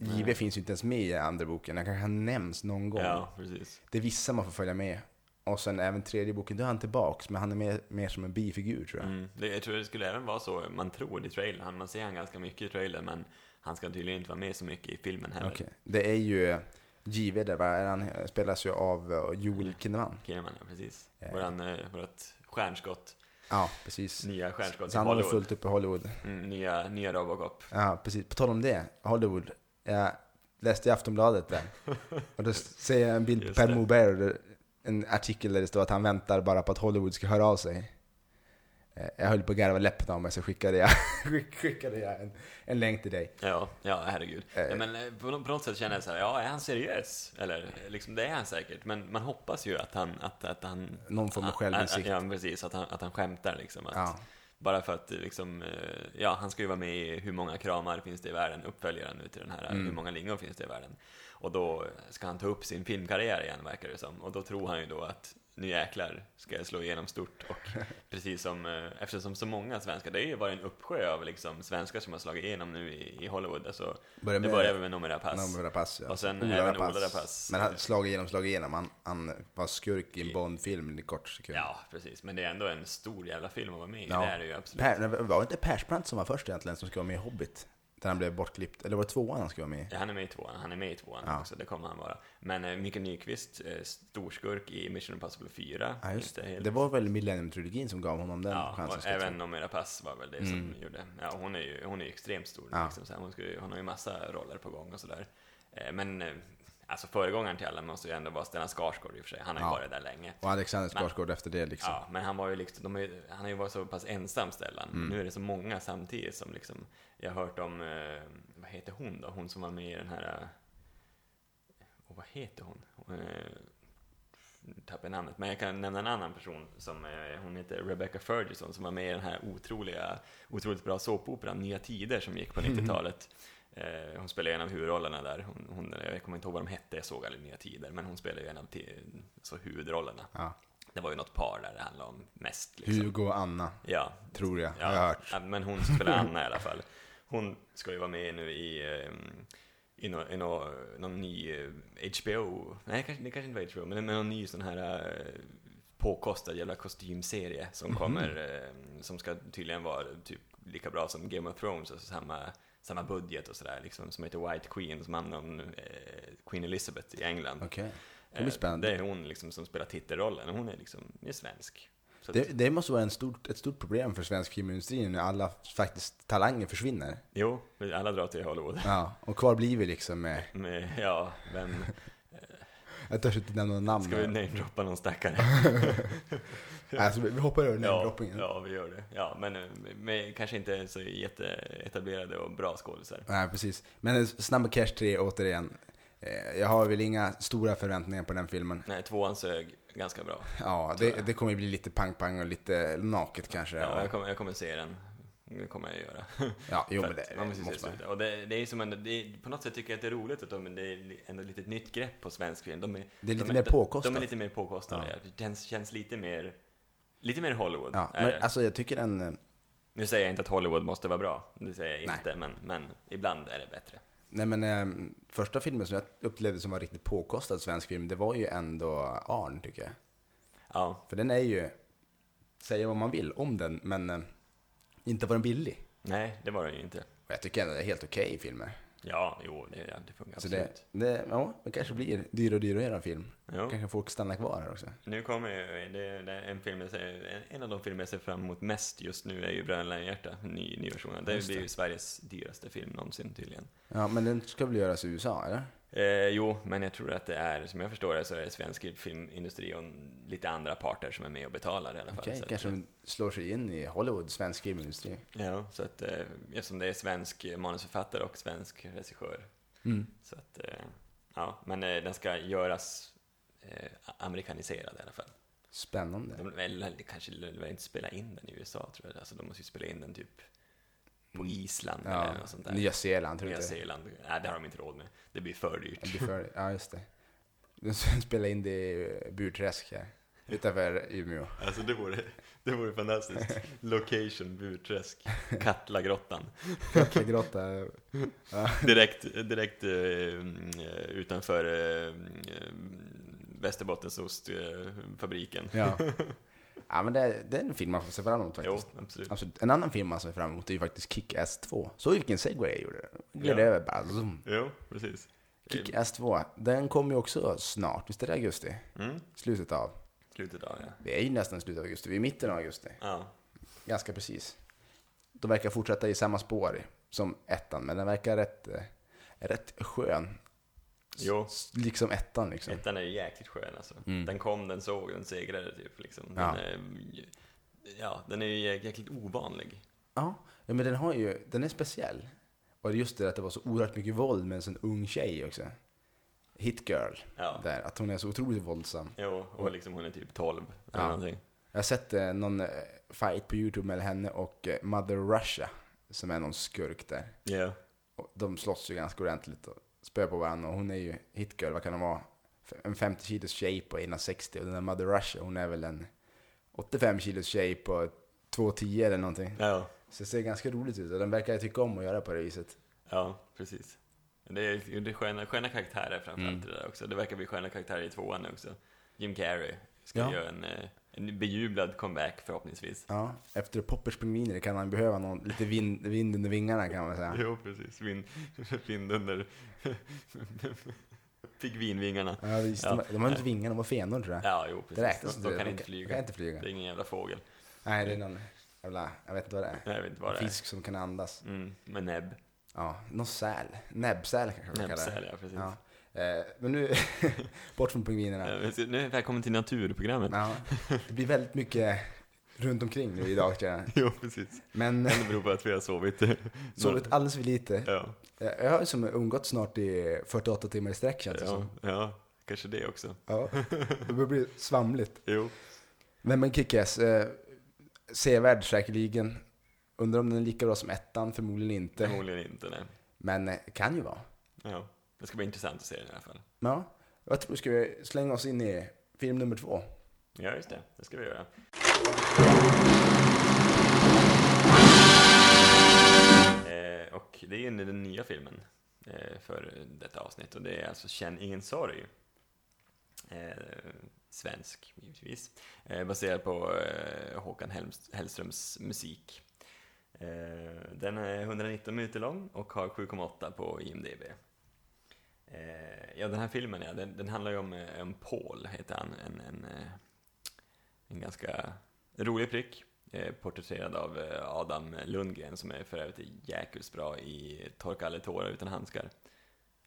S1: JW finns ju inte ens med i andra boken. Han kanske nämns någon gång.
S2: Ja, precis.
S1: Det är vissa man får följa med. Och sen även tredje boken, då är han tillbaks, men han är mer, mer som en bifigur tror jag.
S2: Mm. Det, jag tror det skulle även vara så, man tror i trailern, han- man ser han ganska mycket i trailern, men han ska tydligen inte vara med så mycket i filmen heller.
S1: Okej. Det är ju eh, JW där, va? han spelas ju av eh, Joel Kinnaman.
S2: Kinnaman, ja, precis.
S1: Ja.
S2: Våran, eh, vårt stjärnskott,
S1: Ja, precis.
S2: nya stjärnskott i
S1: Så han håller
S2: Hollywood.
S1: fullt upp i Hollywood.
S2: Mm, nya, nya Robocop.
S1: Ja, precis. På tal om det, Hollywood. Jag läste i Aftonbladet där. Och då ser jag en bild på
S2: Just
S1: Per
S2: det.
S1: Morberg, och det- en artikel där det står att han väntar bara på att Hollywood ska höra av sig. Eh, Eh, Jag höll på att garva läppen av mig så skickade jag, <laughs> skick- skickade jag en, en länk till dig.
S2: Ja, ja herregud.
S1: Eh.
S2: Ja, men eh, på nå- på något sätt känner jag så här, ja, är han seriös? Eller eh, liksom, det är han säkert, men man hoppas ju att han... Att, att han
S1: Någon form av
S2: att-
S1: självinsikt.
S2: att- Ja, men precis. Att han, att han skämtar liksom. Att,
S1: Ja.
S2: Bara för att eh, liksom, eh, ja, han ska ju vara med i Hur många kramar finns det i världen? Uppföljaren nu till den här,
S1: Mm.
S2: eh, Hur många lingon finns det i världen? Och då ska han ta upp sin filmkarriär igen, verkar det som. Och då tror han ju då att nu jäklar ska jag slå igenom stort.
S1: <laughs>
S2: Och precis som, eh, eftersom så många svenskar, det är ju bara en uppsjö av liksom svenskar som har slagit igenom nu i, i Hollywood. Alltså,
S1: Börja
S2: det
S1: med-
S2: började med Noomi Rapace.
S1: Namra Pass, ja.
S2: ah, Och sen
S1: Ola
S2: även
S1: Rapace.
S2: Ola Rapace.
S1: Men han slag igenom, slag igenom. Han, han var skurk i en Bond-film i kort sekund.
S2: Ja, precis. Men det är ändå en stor jävla film att vara med i.
S1: Ja.
S2: Det är det ju absolut.
S1: Per, nej, var det inte Persbrandt som var först egentligen som skulle vara med i Hobbit? Där han blev bortklippt. Eller var det tvåan han skulle vara med i?
S2: Ja, Han är med i tvåan, han är med i tvåan
S1: Ja.
S2: också, det kommer han vara. Men eh, Mikael Nyqvist, eh, storskurk i Mission Impossible 4.
S1: Ja, just
S2: Inte
S1: det.
S2: helt-
S1: Det var väl Millennium-trilogin som gav honom den
S2: Ja,
S1: chansen.
S2: och
S1: ska jag tro.
S2: även Noomi Rapace var väl det som gjorde. Ja, hon är ju hon är ju extremt stor.
S1: Ja.
S2: Liksom, så här. hon, ska, ju- hon har ju massa roller på gång och sådär. Eh, Men eh, alltså föregångaren till alla måste ju ändå vara Stellan Skarsgård i och för sig. Han har ju
S1: Ja.
S2: varit där länge.
S1: Och Alexander Skarsgård efter det liksom.
S2: Ja, men han var ju liksom, de har ju, han har ju varit så pass ensam Stellan. Nu är det så många samtidigt som liksom, jag har hört om, eh, vad heter hon då? Hon som var med i den här, eh, och vad heter hon? Hon, Eh, tappar namnet, men jag kan nämna en annan person som, eh, hon heter Rebecca Ferguson som var med i den här otroliga, otroligt bra såpoperan Nya Tider som gick på
S1: Mm.
S2: 90-talet. Eh, Hon spelade en av huvudrollerna där. Hon, hon, jag kommer inte ihåg vad de hette, jag såg aldrig Nya Tider, men hon spelade ju en av ti- så huvudrollerna.
S1: Ja.
S2: Det var ju något par där det handlade om mest. Liksom.
S1: Hugo och Anna,
S2: Ja,
S1: tror jag. Har jag
S2: ja.
S1: hört.
S2: ja, men hon som spelar Anna i alla fall. Hon ska ju vara med nu i, ehm, i, nå- i nå- någon ny eh, HBO, nej kanske, det kanske inte var HBO, men men någon ny sån här eh, påkostad jävla kostymserie som
S1: Mhm.
S2: kommer, eh, som ska tydligen vara typ lika bra som Game of Thrones, alltså samma, samma budget och sådär, liksom, som heter White Queen, som handlar om eh, Queen Elizabeth i England.
S1: Okej. Det blir
S2: Eh,
S1: spännande.
S2: Det är hon liksom som spelar titelrollen, och hon är liksom, är svensk. Så att-
S1: Det, det måste vara en stort, ett stort problem för svensk filmindustri när alla faktiskt talanger
S2: <laughs>
S1: försvinner.
S2: Jo, alla drar till Hollywood.
S1: Ja, och kvar blir vi liksom med...
S2: Men, Eh, ja, vem
S1: Jag törs inte nämna några namn.
S2: ska vi namedroppa
S1: <laughs>
S2: någon stackare?
S1: alltså, vi vi hoppar över
S2: ja,
S1: namedroppingen.
S2: ja, vi gör det. Ja, men eh, med, kanske inte så jätteetablerade och bra skådisar.
S1: Nej, precis. Men eh, Snabba Cash 3 återigen. Eh, Jag har väl inga stora förväntningar på den filmen.
S2: Nej, tvåan sög ganska bra.
S1: Ja, det, det kommer ju bli lite pang-pang och lite naket kanske.
S2: Ja, jag, kommer, jag kommer se den. Det kommer jag göra.
S1: ja <laughs> jo,
S2: För
S1: men
S2: att
S1: det
S2: man måste, ju se
S1: måste man.
S2: slutet. Och det, det är som en, det är, på något sätt tycker jag att det är roligt att de, det är ändå lite ett nytt grepp på svensk film. De är,
S1: Det är lite
S2: de
S1: mer
S2: de-
S1: påkostat.
S2: De är lite mer påkostade. Ja. Det känns, känns lite mer, lite mer Hollywood.
S1: Ja,
S2: är det.
S1: men alltså jag tycker den... eh,
S2: Nu säger jag inte att Hollywood måste vara bra, det säger jag
S1: Nej.
S2: inte, men, men ibland är det bättre.
S1: Nej men eh, första filmen som jag upplevde som var riktigt påkostad svensk film, det var ju ändå Arn tycker jag.
S2: Ja,
S1: För den är ju, säga vad man vill om den, men eh, inte var den billig.
S2: nej, det var den ju inte.
S1: Och jag tycker ändå det är helt okej filmer.
S2: Ja, jo, det, ja, det funkar
S1: Så det,
S2: absolut.
S1: det, ja, det kanske blir dyrare och dyrare att göra en film.
S2: Jo.
S1: Kanske folk stannar kvar här också.
S2: Nu kommer ju, det, det är en, film jag ser, en, en av de filmer jag ser fram emot mest just nu är ju Bröderna Lejonhjärta, ny, nyversionen. Det
S1: Just
S2: blir
S1: det.
S2: ju Sveriges dyraste film någonsin tydligen.
S1: Ja, men den ska väl göras i USA, eller?
S2: Eh, jo, men jag tror att det är, som jag förstår det, så är det svensk filmindustri och lite andra parter som är med och betalar i alla fall.
S1: Okej,
S2: Så att-
S1: kanske de slår sig in i Hollywood, svensk filmindustri.
S2: Ja, så att eh, eftersom det är svensk manusförfattare och svensk regissör. Så att, eh, ja, men eh, den ska göras eh, amerikaniserad i alla fall.
S1: Spännande.
S2: De väl, eller kanske de vill inte spela in den i USA tror jag. Alltså de måste ju spela in den typ på Island
S1: Mm. Ja,
S2: eller något sånt där.
S1: Nya Zeeland, tror jag
S2: Nya
S1: inte.
S2: Zeeland. Nej, det har de inte råd med. Det blir för dyrt.
S1: Det blir för, ja, just det. De spelade in det i eh, Burträsk här, utanför Umeå.
S2: Alltså det vore, det
S1: <laughs>
S2: vore fantastiskt. Location Burträsk, Katlagrottan.
S1: Kacklegrotta.
S2: Direkt, direkt eh, mm, eh, utanför eh, eh, Västerbottensost-fabriken.
S1: Ja. ja, men det, är- det är en film man får se fram emot
S2: Jo,
S1: faktiskt.
S2: absolut.
S1: Absolut. En annan film man ser fram emot är ju faktiskt Kick-Ass 2. Såg du vilken segway jag gjorde? Jag Gled
S2: Ja.
S1: över bara. Zoom.
S2: Jo, precis.
S1: Kick-Ass 2, den kommer ju också snart. Visst är det augusti?
S2: Mm,
S1: Slutet av.
S2: slutet av, ja.
S1: Vi är ju nästan i slutet av augusti, vi är i mitten av augusti.
S2: ja.
S1: Ganska precis. De verkar fortsätta i samma spår som ettan, men den verkar rätt, eh, rätt skön. S-
S2: Jo.
S1: s- Liksom ettan liksom.
S2: Ettan är ju jäkligt skön alltså. Den kom, den såg, den segrade typ. Liksom. Den
S1: Ja.
S2: är ja, den är ju jä- jäkligt ovanlig.
S1: Ja, ja, men den, har ju, den är speciell. Och just det att det var så oerhört mycket våld med en sån ung tjej också. Hit girl.
S2: Ja.
S1: Där, att hon är så otroligt våldsam.
S2: Jo, och liksom hon är typ 12 eller
S1: Ja.
S2: någonting.
S1: Jag har sett eh, någon eh, fight på YouTube mellan henne och eh, Mother Russia. Som är någon skurk där.
S2: Ja.
S1: Och de slåss ju ganska ordentligt och spöar på varandra. Och hon är ju hit girl, vad kan hon vara? F- En 50 kilos tjej på 1,60 och den där Mother Russia, hon är väl en 85 kilos tjej på 2,10 eller någonting.
S2: Ja.
S1: Så det ser ganska roligt ut och den verkar tycka om att göra på det viset.
S2: Ja, precis. Det är, det är sköna, sköna karaktärer framförallt i det där också. Det verkar bli sköna karaktärer i tvåan nu också. Jim Carrey ska
S1: Ja.
S2: göra en, eh, en bejublad comeback förhoppningsvis.
S1: Ja, efter Poppers pingviner kan han behöva någon, lite vind, vind under vingarna kan man säga.
S2: Jo, precis. Vind, <laughs> vind under <laughs> pingvinvingarna.
S1: Ja, visst,
S2: Ja.
S1: De, de har inte vingar, de har fenor tror jag.
S2: Ja, jo, precis.
S1: det räknas
S2: de, de kan inte
S1: De kan
S2: flyga.
S1: inte flyga.
S2: Det är ingen jävla fågel.
S1: Nej, det är någon jävla, jag vet inte vad det är.
S2: Nej, Jag vet inte vad det
S1: Fisk som kan andas.
S2: är. Mm, med näbb.
S1: Ja, någon säl. Näbbsäl kanske man kallar det.
S2: Näbbsäl, ja, precis.
S1: Ja. Eh, men nu, <laughs> bort från pingvinerna.
S2: Eh, men så- Nu, välkommen till naturprogrammet.
S1: Ja, det blir väldigt mycket runt omkring nu idag tror jag.
S2: <laughs> Jo, precis. <laughs>
S1: Men eh,
S2: Det beror på att vi har sovit. <laughs>
S1: sovit alldeles för lite. Eh,
S2: Ja,
S1: Jag jag har ju som umgått snart i 48 timmar i sträck känns det
S2: ja,
S1: som.
S2: ja, kanske det också. <laughs>
S1: Ja, det börjar bli svamligt.
S2: Jo.
S1: Men men Kick-Ass, eh, sevärd säkerligen. Undrar om den är lika bra som ettan, förmodligen inte.
S2: Förmodligen inte, nej.
S1: Men eh, kan ju vara.
S2: Ja. Det ska bli intressant att se den i alla fall.
S1: Men Ja, jag tror ska vi slänga oss in i film nummer två.
S2: Ja, just det. Det ska vi göra. Eh, och det är ju den nya filmen eh, för detta avsnitt och det är alltså Känn ingen sorg. Eh, svensk, givetvis. Eh, baserad på eh, Håkan Helms- Hellströms musik. Eh, den är 119 minuter lång och har 7,8 på IMDB. Eh, ja, den här filmen, ja, den, den handlar ju om, eh, om Paul, heter han. En, en, eh, en ganska rolig prick. Eh, porträtterad av eh, Adam Lundgren som är för övrigt jäkligt bra i Torka aldrig tårar utan handskar.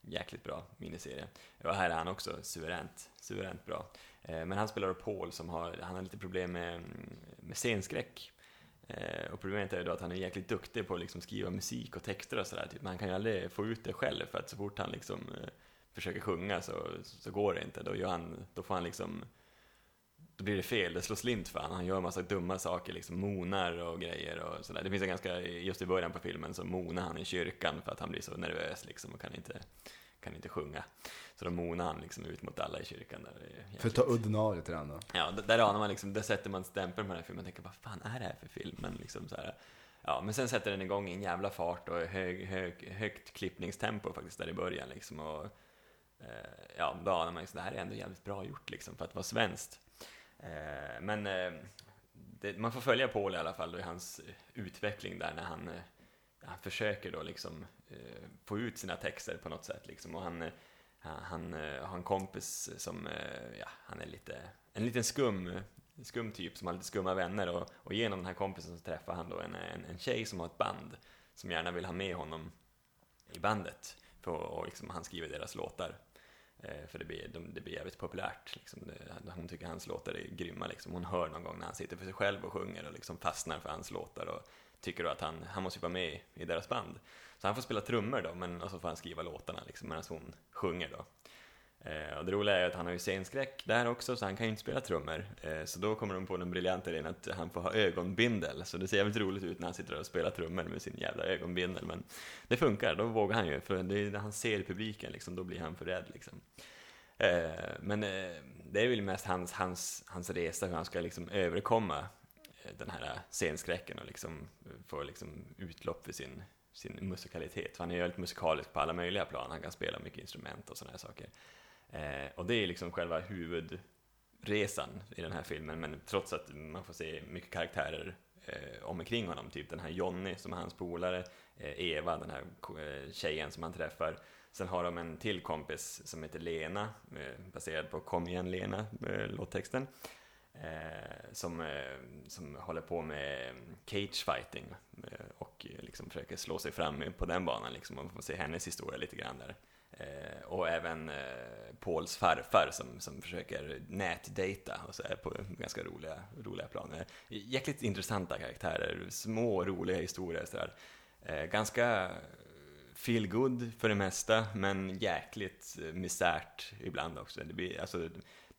S2: Jäkligt bra miniserie. Och här är han också suveränt, suveränt bra. Eh, men han spelar Paul som har, han har lite problem med, med scenskräck. Eh, och problemet är ju då att han är jäkligt duktig på att liksom skriva musik och texter och sådär, typ. men han kan ju aldrig få ut det själv för att så fort han liksom eh, försöker sjunga så, så går det inte. Då, gör han, då får han liksom då blir det fel, det slår slint för honom. Han gör en massa dumma saker, liksom monar och grejer och sådär. Det finns en ganska, just i början på filmen så monar han i kyrkan för att han blir så nervös liksom och kan inte, kan inte sjunga. Så då monar han liksom ut mot alla i kyrkan. Där. Det är
S1: För att
S2: jäkligt-
S1: ta udden av lite grann då.
S2: Ja, d- där anar man liksom, där sätter man stämpeln på den här filmen och tänker vad fan är det här för film? Men liksom så här, ja, men sen sätter den igång i en jävla fart och hög, hög, högt klippningstempo faktiskt där i början liksom och eh, ja, då anar man liksom, det här är ändå jävligt bra gjort liksom för att vara svenskt. Eh, men eh, det, man får följa Paul i alla fall och i hans eh, utveckling där när han, eh, han försöker då liksom eh, få ut sina texter på något sätt liksom och han eh, han, han eh, har en kompis som, eh, ja, han är lite, en liten skum, skum typ som har lite skumma vänner och, och genom den här kompisen så träffar han då en, en, en tjej som har ett band som gärna vill ha med honom i bandet för, och liksom, han skriver deras låtar. Eh, För det blir, de, det blir jävligt populärt. Liksom. Det- Hon tycker hans låtar är grymma. Liksom. Hon hör någon gång när han sitter för sig själv och sjunger och liksom fastnar för hans låtar och tycker då att han, han måste ju vara med i deras band. Så han får spela trummor då, men, och så får han skriva låtarna liksom, medan hon sjunger då. Eh, och det roliga är att han har ju scenskräck där också, så han kan ju inte spela trummor. Eh, så då kommer de på den briljanta idén att han får ha ögonbindel. Så det ser jävligt roligt ut när han sitter där och spelar trummor med sin jävla ögonbindel. Men det funkar, då vågar han ju. För det är när han ser publiken, liksom, då blir han för rädd. Liksom. Eh, men eh, det är väl mest hans, hans, hans resa, hur han ska liksom överkomma eh, den här scenskräcken och liksom eh, få liksom utlopp för sin, sin musikalitet. För han är ju väldigt musikalisk på alla möjliga plan, han kan spela mycket instrument och sådana här saker. Eh, och det är liksom själva huvudresan i den här filmen, men trots att man får se mycket karaktärer eh, omkring honom, typ den här Jonny som är hans polare, eh, Eva, den här ko- eh, tjejen som han träffar. Sen har de en till kompis som heter Lena, eh, baserad på Kom igen Lena, eh, låttexten. Eh, som, eh, som håller på med eh, cage fighting eh, och eh, liksom försöker slå sig fram på den banan liksom. Man får se hennes historia lite grann där. Eh, och även eh, Pauls farfar som, som försöker nätdata och så här på ganska roliga, roliga planer. Jäkligt intressanta karaktärer, små roliga historier så där. Eh, ganska feel good för det mesta, men jäkligt eh, misärt ibland också. Det blir, alltså,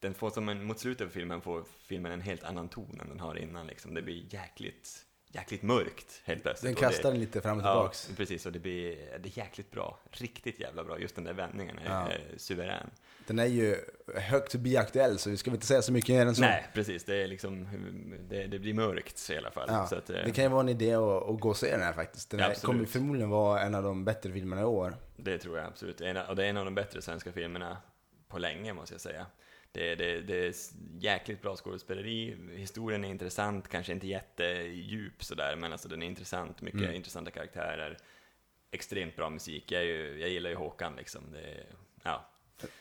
S2: den får som en, mot slutet av filmen får filmen en helt annan ton än den har innan liksom. Det blir jäkligt, jäkligt mörkt helt plötsligt.
S1: Den
S2: Och det-
S1: kastar den lite fram och tillbaks.
S2: Ja, precis, och det blir det är jäkligt bra. Riktigt jävla bra. Just den där vändningen är
S1: Ja.
S2: är suverän.
S1: Den är ju högt biaktuell så vi ska väl inte säga så mycket mer än så.
S2: Nej, precis. Det, är liksom, det, det blir mörkt i alla fall.
S1: Ja,
S2: Så att, eh,
S1: det kan ju vara en idé att, att gå och se den här faktiskt. Den
S2: Ja,
S1: här
S2: absolut.
S1: kommer förmodligen vara en av de bättre filmerna i år.
S2: det tror jag absolut. Det är en av- Och det är en av de bättre svenska filmerna på länge, måste jag säga. Det, det, det är s- jäkligt bra skådespeleri, historien är intressant, kanske inte jättedjup sådär, men alltså den är intressant, mycket
S1: Mm.
S2: intressanta karaktärer, extremt bra musik. Jag, är ju, jag gillar ju Håkan liksom. Det, är- ja,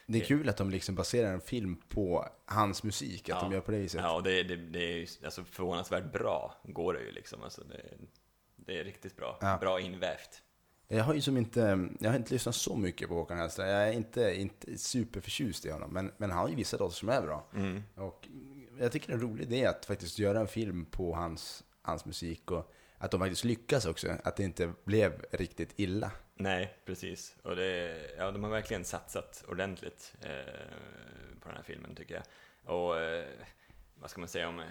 S1: Det är
S2: Okej.
S1: kul att de liksom baserar en film på hans musik, att
S2: Ja.
S1: de gör på det viset.
S2: Ja, och det, det, det är ju alltså, förvånansvärt bra, går det ju liksom. Alltså, det, det är riktigt bra.
S1: Ja.
S2: Bra invävt.
S1: Jag har ju som inte, jag har inte lyssnat så mycket på Håkan Hellström. Jag är inte, inte superförtjust i honom, men, men han har ju vissa låtar som är bra.
S2: Mm.
S1: Och jag tycker det är en rolig idé att faktiskt göra en film på hans, hans musik och att de faktiskt lyckas också. Att det inte blev riktigt illa.
S2: Nej, precis. Och det, ja, de har verkligen satsat ordentligt eh, på den här filmen, tycker jag. Och eh, vad ska man säga om... eh,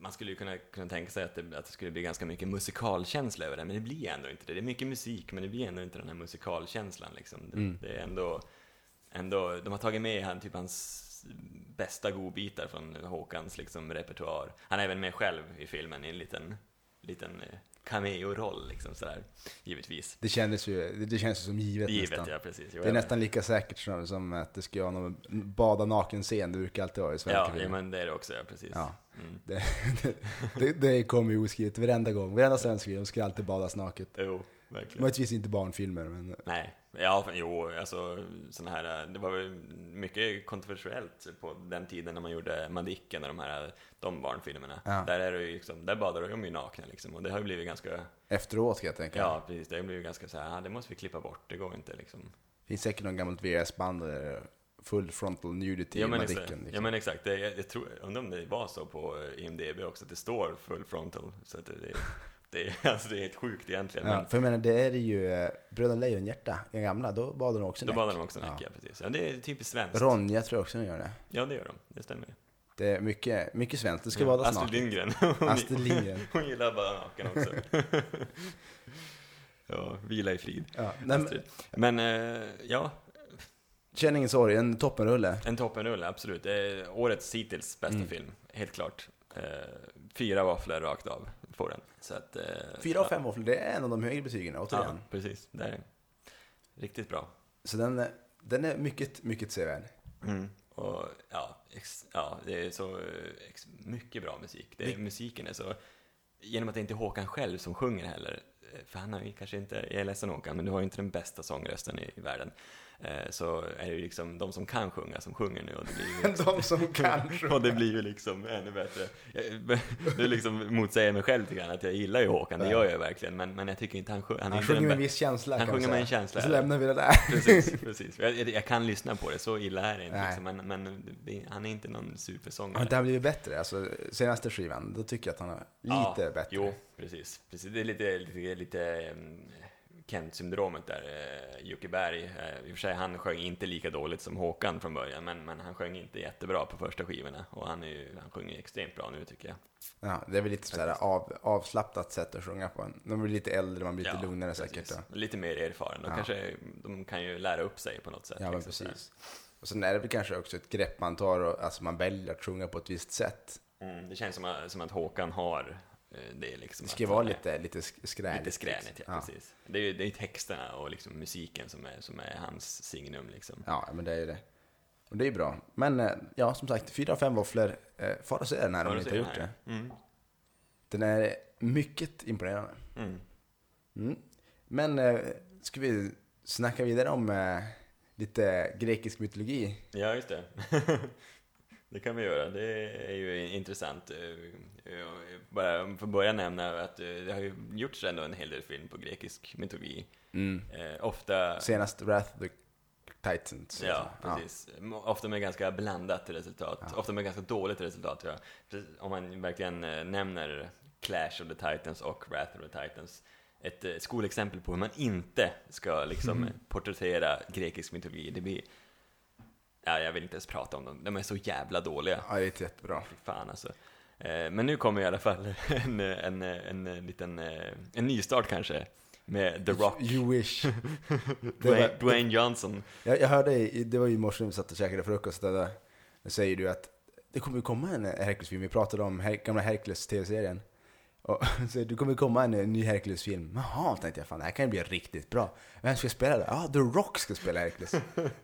S2: Man skulle ju kunna, kunna tänka sig att det, att det skulle bli ganska mycket musikalkänsla över det, men det blir ändå inte det. Det är mycket musik, men det blir ändå inte den här musikalkänslan liksom. Det,
S1: Mm.
S2: det är ändå, ändå... De har tagit med han, typ hans bästa godbitar från Håkans liksom, repertoar. Han är även med själv i filmen i en liten, liten eh, cameo-roll, liksom sådär, givetvis.
S1: Det kändes ju, det- det känns ju som givet,
S2: Givet,
S1: nästan.
S2: ja precis. Jo,
S1: Det är
S2: jag-
S1: nästan lika säkert som, som att det ska vara någon bada naken-scen, det brukar alltid vara i svenska
S2: Ja,
S1: filmer.
S2: ja, men det är det också, ja precis.
S1: Ja.
S2: Mm.
S1: Det, det, det, det kommer ju oskrivet varenda gång. Varenda svensk film ska alltid badas naket.
S2: Jo, verkligen.
S1: Möjligtvis inte barnfilmer, men
S2: Nej, ja, för- jo, alltså såna här, det var väl mycket kontroversiellt på den tiden när man gjorde Madicken och de här, de barnfilmerna.
S1: Ja.
S2: Där är det ju liksom, där badar de ju nakna liksom och det har ju blivit ganska,
S1: efteråt kan jag tänka.
S2: ja precis, det har ju blivit ganska så här, ah, det måste vi klippa bort, det går inte liksom.
S1: finns säkert någon gammalt VHS-band där det är full frontal nudity
S2: Ja
S1: i
S2: men,
S1: Madicken.
S2: exakt.
S1: liksom.
S2: ja men exakt, det, jag, jag tror, undrar om det var så på IMDB också, att det står full frontal. Så att det, det, det, <laughs> alltså, det är helt sjukt egentligen. men-
S1: Ja, för jag menar, det är ju eh, Bröderna Lejonhjärta, den gamla, då badar de också
S2: Då
S1: näck.
S2: badar de också
S1: Ja.
S2: näck, ja. precis. Ja, det är typiskt svenskt.
S1: Ronja tror jag också de gör det.
S2: Ja, det gör de. Det stämmer.
S1: Det är mycket, mycket svenskt, det ska
S2: ja.
S1: badas
S2: Astrid
S1: naken.
S2: Lindgren. <laughs> Hon,
S1: Astrid Lindgren.
S2: hon gillar bara naken också. <laughs> ja, vila i frid.
S1: Ja, nej, men,
S2: Astrid. Men eh, ja,
S1: känn ingen sorg, en toppenrulle.
S2: en toppenrulle, absolut. Det är årets hittills bästa
S1: Mm.
S2: film, helt klart. Eh, fyra vafflor rakt av får den. Så att, eh,
S1: Fyra av fem våfflor, det är en av de högre betygen
S2: ja,
S1: återigen.
S2: ja, precis. Det är riktigt bra.
S1: Så den, är- den är mycket, mycket sevärd. Mm.
S2: Och ja, ex, ja, det är så eh, ex, mycket bra musik. Det,
S1: Det-
S2: musiken är så... Genom att det inte är Håkan själv som sjunger heller, eh, för han har ju kanske inte, jag är ledsen Håkan, men du har ju inte den bästa sångrösten i, i världen. Eh, så är det ju liksom de som kan sjunga som sjunger nu och det blir
S1: <laughs>
S2: ju...
S1: De som kanske...
S2: <laughs> Och det blir ju liksom ännu bättre. Jag- <laughs> Det liksom motsäger mig själv lite grann, att jag gillar ju Håkan, det gör jag ju verkligen, men, men jag tycker inte han sjöng. Han, är
S1: Han
S2: inte den
S1: sjunger med en
S2: bä-
S1: viss känsla
S2: Han
S1: kan man
S2: sjunger med
S1: säga.
S2: en känsla.
S1: Så lämnar vi det där.
S2: <laughs> Precis, precis. Jag, jag kan lyssna på det, så illa är det inte.
S1: Nej.
S2: Liksom. Men, men det- han är inte någon supersångare.
S1: Har inte han blivit bättre? Alltså, senaste skivan, då tycker jag att han är
S2: Ja,
S1: lite bättre.
S2: Jo, precis. precis. Det är lite, lite, lite ehm, Kent-syndromet där. eh, Jocke Berg, eh, i och för sig, han sjöng inte lika dåligt som Håkan från början, men, men han sjöng inte jättebra på första skivorna. Och han, är ju, han sjunger extremt bra nu, tycker jag.
S1: Ja, det är väl lite sådär av, avslappnat sätt att sjunga på. De blir lite äldre, man blir lite
S2: Ja,
S1: lugnare
S2: precis.
S1: säkert. Då.
S2: Lite mer erfaren. De,
S1: Ja.
S2: kanske, de kan ju lära upp sig på något sätt.
S1: Ja, men
S2: liksom, sådär.
S1: precis. Och sen är det väl kanske också ett grepp man tar, och, alltså man väljer att sjunga på ett visst sätt.
S2: Mm, det känns som, att- som att Håkan har eh, det liksom.
S1: Det ska ju
S2: att
S1: vara
S2: han är-
S1: lite, lite sk- skränigt. liksom.
S2: Lite skränigt, ja,
S1: ja.
S2: precis. Det är ju det är texterna och liksom musiken som är, som är hans signum liksom.
S1: Ja, men det är ju det. Och det är ju bra. Men eh, ja, som sagt, fyra av fem våfflor. Eh, Far och se den här om
S2: Har
S1: ni
S2: du
S1: inte har
S2: sett den
S1: gjort det.
S2: här? Mm.
S1: Den är mycket imponerande.
S2: Mm.
S1: Mm. Men eh, ska vi snacka vidare om eh, lite grekisk mytologi?
S2: Ja, just det. <laughs> det kan vi göra. Det är ju intressant. Eh, eh, Bara för att börja nämna att eh, det har ju gjorts ändå en hel del film på grekisk mytologi. Eh, Ofta...
S1: Senast Mm. Wrath of the Titans.
S2: Liksom. Ja, precis. Ofta med ganska blandat resultat. Ofta med ganska dåligt resultat, tror jag. Precis, Om man verkligen eh, nämner Clash of the Titans och Wrath of the Titans. Ett eh, skolexempel på hur man inte ska liksom porträttera grekisk mytologi. Det blir... Ja, jag vill inte ens prata om dem. De är så jävla dåliga.
S1: Ja, det är jättebra.
S2: Fy fan alltså. Eh, Men nu kommer i alla fall <laughs> en, en, en, en liten eh, en nystart kanske med The Rock,
S1: You wish. det var-
S2: Dwayne, Dwayne Johnson.
S1: Jag, jag hörde, i- det var ju i morse när vi satt och käkade frukost, där, där Då säger du att det kommer komma en Hercules-film. Vi pratade om Her gamla Hercules-tv-serien. Och <laughs> så du kommer komma en eh, ny Hercules-film. Jaha, tänkte jag, fan det här kan ju bli riktigt bra. Vem ska spela det? Ja, ah, The Rock ska spela Hercules.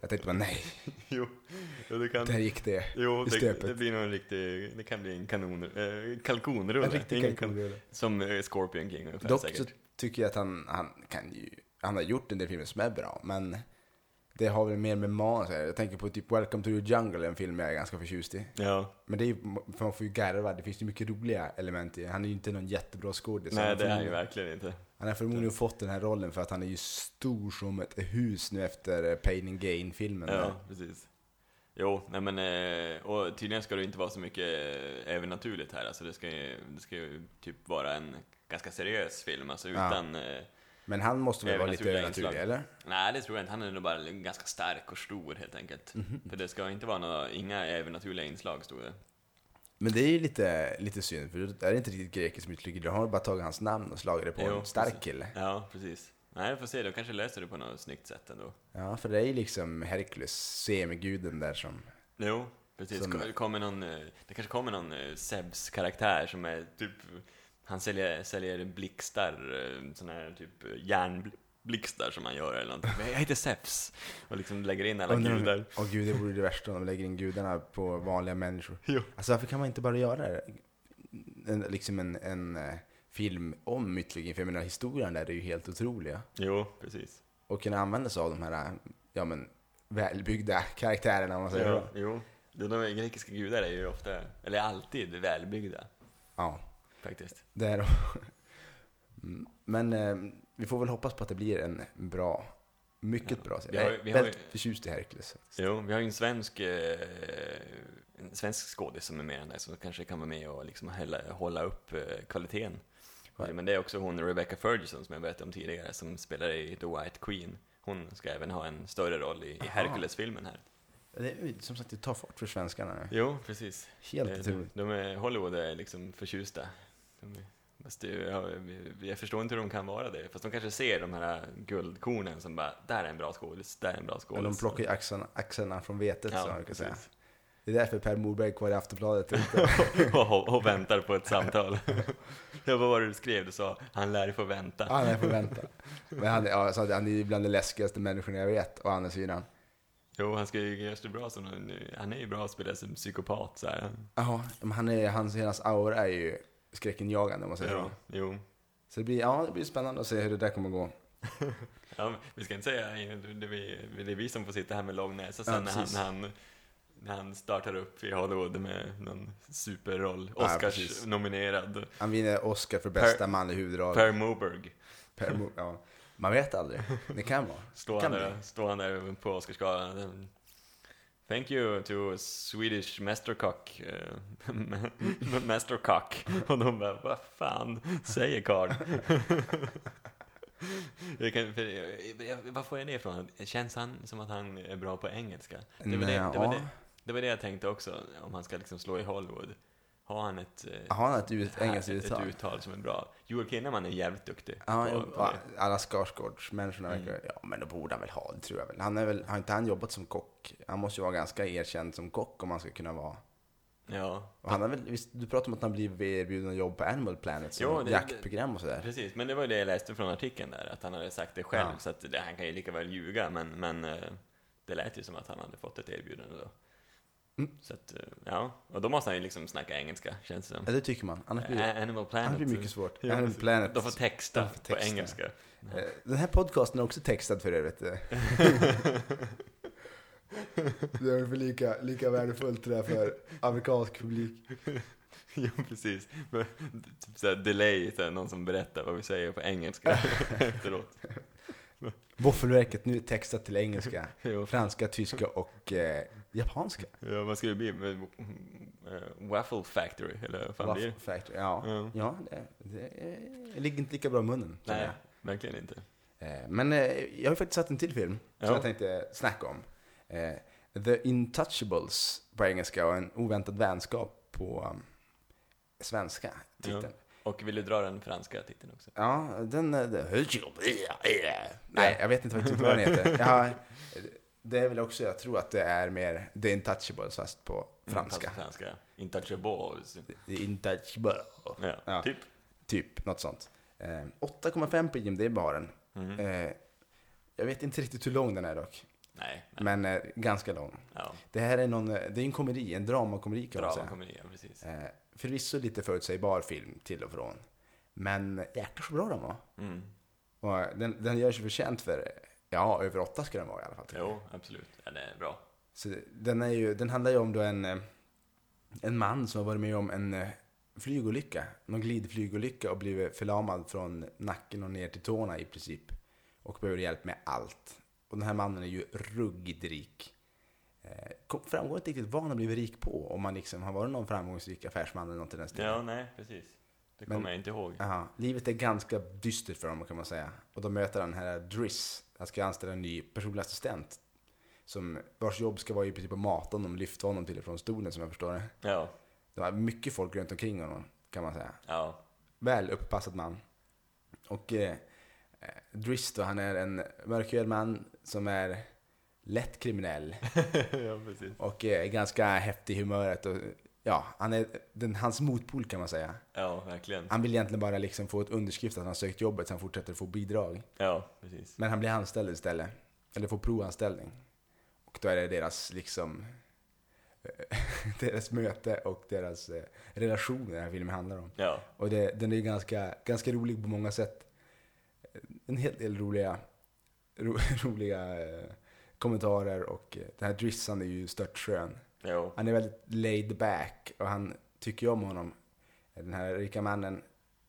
S1: Jag tänkte bara nej,
S2: Jo, ja, det kan...
S1: där gick det
S2: Jo,
S1: i
S2: det, det
S1: stöpet.
S2: blir nog en riktig, det kan bli en kanon, eh, kalkonrulle.
S1: En riktig
S2: Ingen
S1: kalkonrulle.
S2: kan- Som eh, Scorpion King ungefär
S1: Dock så
S2: säkert.
S1: tycker jag att han, han kan ju, han har gjort en del filmer som är bra, men det har väl mer med manus att göra. Jag tänker på typ Welcome to the Jungle, en film jag är ganska förtjust i.
S2: Ja,
S1: Men det är ju, för man får ju garva, det finns ju mycket roliga element i det. Han är ju inte någon jättebra skådis.
S2: nej
S1: Han
S2: det är han ju
S1: förmodligen-
S2: verkligen inte.
S1: Han har förmodligen fått den här rollen för att han är ju stor som ett hus nu efter eh, Pain and Gain-filmen.
S2: Ja,
S1: där.
S2: precis. Jo, nej men, eh, och tydligen ska det ju inte vara så mycket eh, övernaturligt här, alltså det ska ju, det ska ju typ vara en ganska seriös film, alltså
S1: Ja.
S2: utan... eh,
S1: Men han måste väl
S2: Även
S1: vara lite
S2: naturliga
S1: övernaturlig,
S2: inslag.
S1: eller?
S2: Nej, det tror jag inte, han är nog bara ganska stark och stor helt enkelt.
S1: Mhm.
S2: För det ska inte vara några, inga övernaturliga inslag, stod det.
S1: Men det är ju lite, lite synd, för det är inte riktigt grekisk mytologi. De har bara tagit hans namn och slagit det på
S2: Jo,
S1: en stark
S2: precis.
S1: kille.
S2: Ja, precis. Nej, jag får se, de kanske löser det på något snyggt sätt ändå.
S1: Ja, för det är ju liksom Herkules, semiguden där som...
S2: Jo, precis.
S1: Som-
S2: Ko- Det, kommer någon, eh, det kanske kommer någon eh, Zeus-karaktär som är typ... Han säljer, säljer blixtar, eh, såna här typ eh, järnblixtar som han gör eller någonting. Men jag heter Zeus! Och liksom lägger in alla
S1: Undrar om-
S2: gudar.
S1: Åh gud, det vore det värsta om de lägger in gudarna på vanliga människor.
S2: Jo.
S1: Alltså varför kan man inte bara göra det? En, liksom en, en eh, film om mytologin, för jag menar historien där är ju helt otroliga.
S2: Jo, precis.
S1: Och kunna använda sig av de här, eh, ja men, välbyggda karaktärerna om man säger
S2: Jo,
S1: så.
S2: jo. De, de grekiska gudar är ju ofta, eller alltid, välbyggda
S1: Ja,
S2: faktiskt.
S1: det är de. Mm, Men eh, vi får väl hoppas på att det blir en bra, mycket bra serie.
S2: Vi har-
S1: Jag är
S2: vi har-
S1: väldigt förtjust i Hercules.
S2: Jo, vi har ju en svensk, eh, en svensk skådis som är med i den där som kanske kan vara med och liksom hälla, hålla upp eh, kvaliteten.
S1: Ja.
S2: Men det är också hon Rebecca Ferguson som jag berättade om tidigare som spelar i The White Queen. Hon ska även ha en större roll i, i
S1: Aha.
S2: Hercules-filmen här.
S1: Det är, ju som sagt, det tar fart för svenskarna nu.
S2: Jo, precis.
S1: Helt
S2: Eh,
S1: otroligt.
S2: De, de är, Hollywood är liksom förtjusta. De är, fast det, jag, jag förstår inte hur de kan vara det. Fast de kanske ser de här guldkornen som bara, där är en bra skådis, där är en bra skådis.
S1: Men de plockar ju axlarna, axlarna från vetet, så man kan säga.
S2: precis.
S1: Det är därför Per Morberg är kvar i Aftonbladet. inte?
S2: <laughs> och, och väntar på ett samtal. <laughs> Jag bara, vad var det du skrev? Du sa, han lär få vänta.
S1: han är på vänta. Men han, är- ja, så att han är ju bland de läskigaste människorna jag vet, å andra sidan.
S2: Jo, han ska ju göra sig bra som en, han är ju bra att spela som psykopat så här.
S1: Ja, men han är, hans, hela hans aura är ju skräckinjagande om man säger
S2: Ja,
S1: så.
S2: jo.
S1: Så det blir, ja, det blir spännande att se hur det där kommer gå.
S2: Ja, men vi ska inte säga, det är, vi, det är vi som får sitta här med lång näsa sen
S1: Ja,
S2: när, han,
S1: precis.
S2: när, han, när han startar upp i Hollywood med någon superroll.
S1: Ja, precis.
S2: Oscars-nominerad.
S1: Han vinner Oscar för bästa
S2: Per-
S1: man i huvudroll. Per,
S2: Per Moberg.
S1: Mo- ja. Man vet aldrig. Det kan vara.
S2: Står
S1: Kan
S2: han, där, står han där på Oscarsgalan. Thank you to Swedish Mastercock. eh, <laughs> Mastercock. Och de bara, vad fan säger karln? <laughs> Jag kan, för, jag- jag- var får jag det ifrån? Känns han som att han är bra på engelska? Det var det, det, var
S1: Ja.
S2: det, det, var det jag tänkte också, om han ska liksom slå i Hollywood. Har han ett, eh,
S1: Har han ett ut-
S2: här-
S1: engelskt
S2: ett
S1: uttal?
S2: uttal som är bra? Joel Kinnaman är jävligt duktig.
S1: Ja,
S2: på-
S1: jo,
S2: på
S1: ja,
S2: det.
S1: alla Skarsgårdsmänniskorna
S2: Mm.
S1: verkar, ja men då borde han väl ha det tror jag väl. Han är väl, har inte han jobbat som kock? Han måste ju vara ganska erkänd som kock om han ska kunna vara.
S2: ja.
S1: Och han har väl, visst, du pratade om att han blivit erbjuden jobb på Animal Planet som
S2: Jo, det-
S1: jaktprogram och sådär.
S2: Precis, men det var ju det jag läste från artikeln där, att han hade sagt det själv,
S1: Ja.
S2: så att det, han kan ju lika väl ljuga, men, men eh, det lät ju som att han hade fått ett erbjudande då.
S1: Mm.
S2: Så att, eh, ja, och då måste han ju liksom snacka engelska, känns det som.
S1: Ja, det tycker man. Eh, Annars blir det
S2: Ä- Animal
S1: annars
S2: Planet.
S1: blir det mycket svårt.
S2: Ja,
S1: Animal
S2: precis.
S1: Planet.
S2: De får texta
S1: De får texta.
S2: på engelska. <laughs>
S1: Eh, Den här podcasten är också textad för övrigt. eh. det är väl lika, lika värdefullt det där för amerikansk publik.
S2: jo, precis. Men,
S1: <laughs>
S2: typ såhär delay, såhär, någon som berättar vad vi säger på engelska efteråt.
S1: Våffelverket nu textat till engelska,
S2: <laughs> Jo.
S1: franska, tyska och eh, japanska.
S2: Ja, vad ska det bli? Men, eh, Waffle Factory, eller vad fan blir det?
S1: Waffle Factory, ja.
S2: Ja.
S1: Ja, det, det eh, ligger inte lika bra i munnen. känner
S2: Nej,
S1: jag.
S2: verkligen inte.
S1: Eh, Men eh, jag har ju faktiskt sett en till film som
S2: Ja.
S1: jag tänkte snacka om. Eh, The Intouchables på engelska och En oväntad vänskap på um, svenska titeln.
S2: Ja. Och vill du dra den franska titeln också?
S1: Ja, den... eh, det- Nej, jag vet inte faktiskt vad den heter. Jag
S2: <laughs>
S1: har, det är väl också, jag tror att det är mer The Intouchables fast på franska.
S2: Fast franska. Intouchables.
S1: The Intouchables.
S2: Ja,
S1: Ja.
S2: typ.
S1: Typ, något sånt. Eh, 8,5 på IMDB har den.
S2: Mm.
S1: Eh, jag vet inte riktigt hur lång den är dock.
S2: Nej, nej.
S1: Men eh, ganska lång.
S2: Ja,
S1: Det här är, någon, eh, det är en komedi, en dramakomedi kan man
S2: bra
S1: säga.
S2: komedi, ja, precis.
S1: Eh, förvisso lite förutsägbar film till och från. Men eh, jäklar så bra den var.
S2: Mm.
S1: Och eh, den, den gör sig förtjänt för, ja, över åtta ska den vara i alla fall. tycker jag.
S2: Jo, absolut. Ja, det är bra.
S1: Så den, är ju, den handlar ju om då en, eh, en man som har varit med om en eh, flygolycka. Någon glidflygolycka och blivit förlamad från nacken och ner till tårna i princip. Och behöver hjälp med allt. Och den här mannen är ju ruggigt rik. Eh, kom- Framgår inte riktigt vad han har blivit rik på. Om han liksom har varit någon framgångsrik affärsman eller något i den stilen.
S2: Ja, nej, precis. Det
S1: Men-
S2: kommer jag inte ihåg.
S1: Jaha, livet är ganska dystert för honom kan man säga. Och då möter han här Driss. Han ska anställa en ny personlig assistent. Som, vars jobb ska vara i princip att mata honom, lyfta honom till och från stolen som jag förstår det.
S2: Ja,
S1: Det var mycket folk runt omkring honom kan man säga.
S2: ja. <laughs>
S1: Väl upppassad man. Och eh, eh, Driss då, han är en mörkhyad man som är lätt kriminell.
S2: ja, precis.
S1: Och eh, ganska häftig i humöret. Och, ja, han är den, hans motpol kan man säga.
S2: Ja, verkligen.
S1: Han vill egentligen bara liksom få ett underskrift att han har sökt jobbet så han fortsätter få bidrag.
S2: Ja, precis.
S1: Men han blir anställd istället. Eller får provanställning. Och då är det deras liksom... eh, <laughs> deras möte och deras eh, relation den här filmen handlar om.
S2: Ja,
S1: Och det, den är ju ganska, ganska rolig på många sätt. Eh, En hel del roliga, ro, <laughs> roliga eh, kommentarer och eh, den här Drissan är ju stört skön.
S2: jo.
S1: Han är väldigt laid back och han tycker ju om honom, den här rika mannen,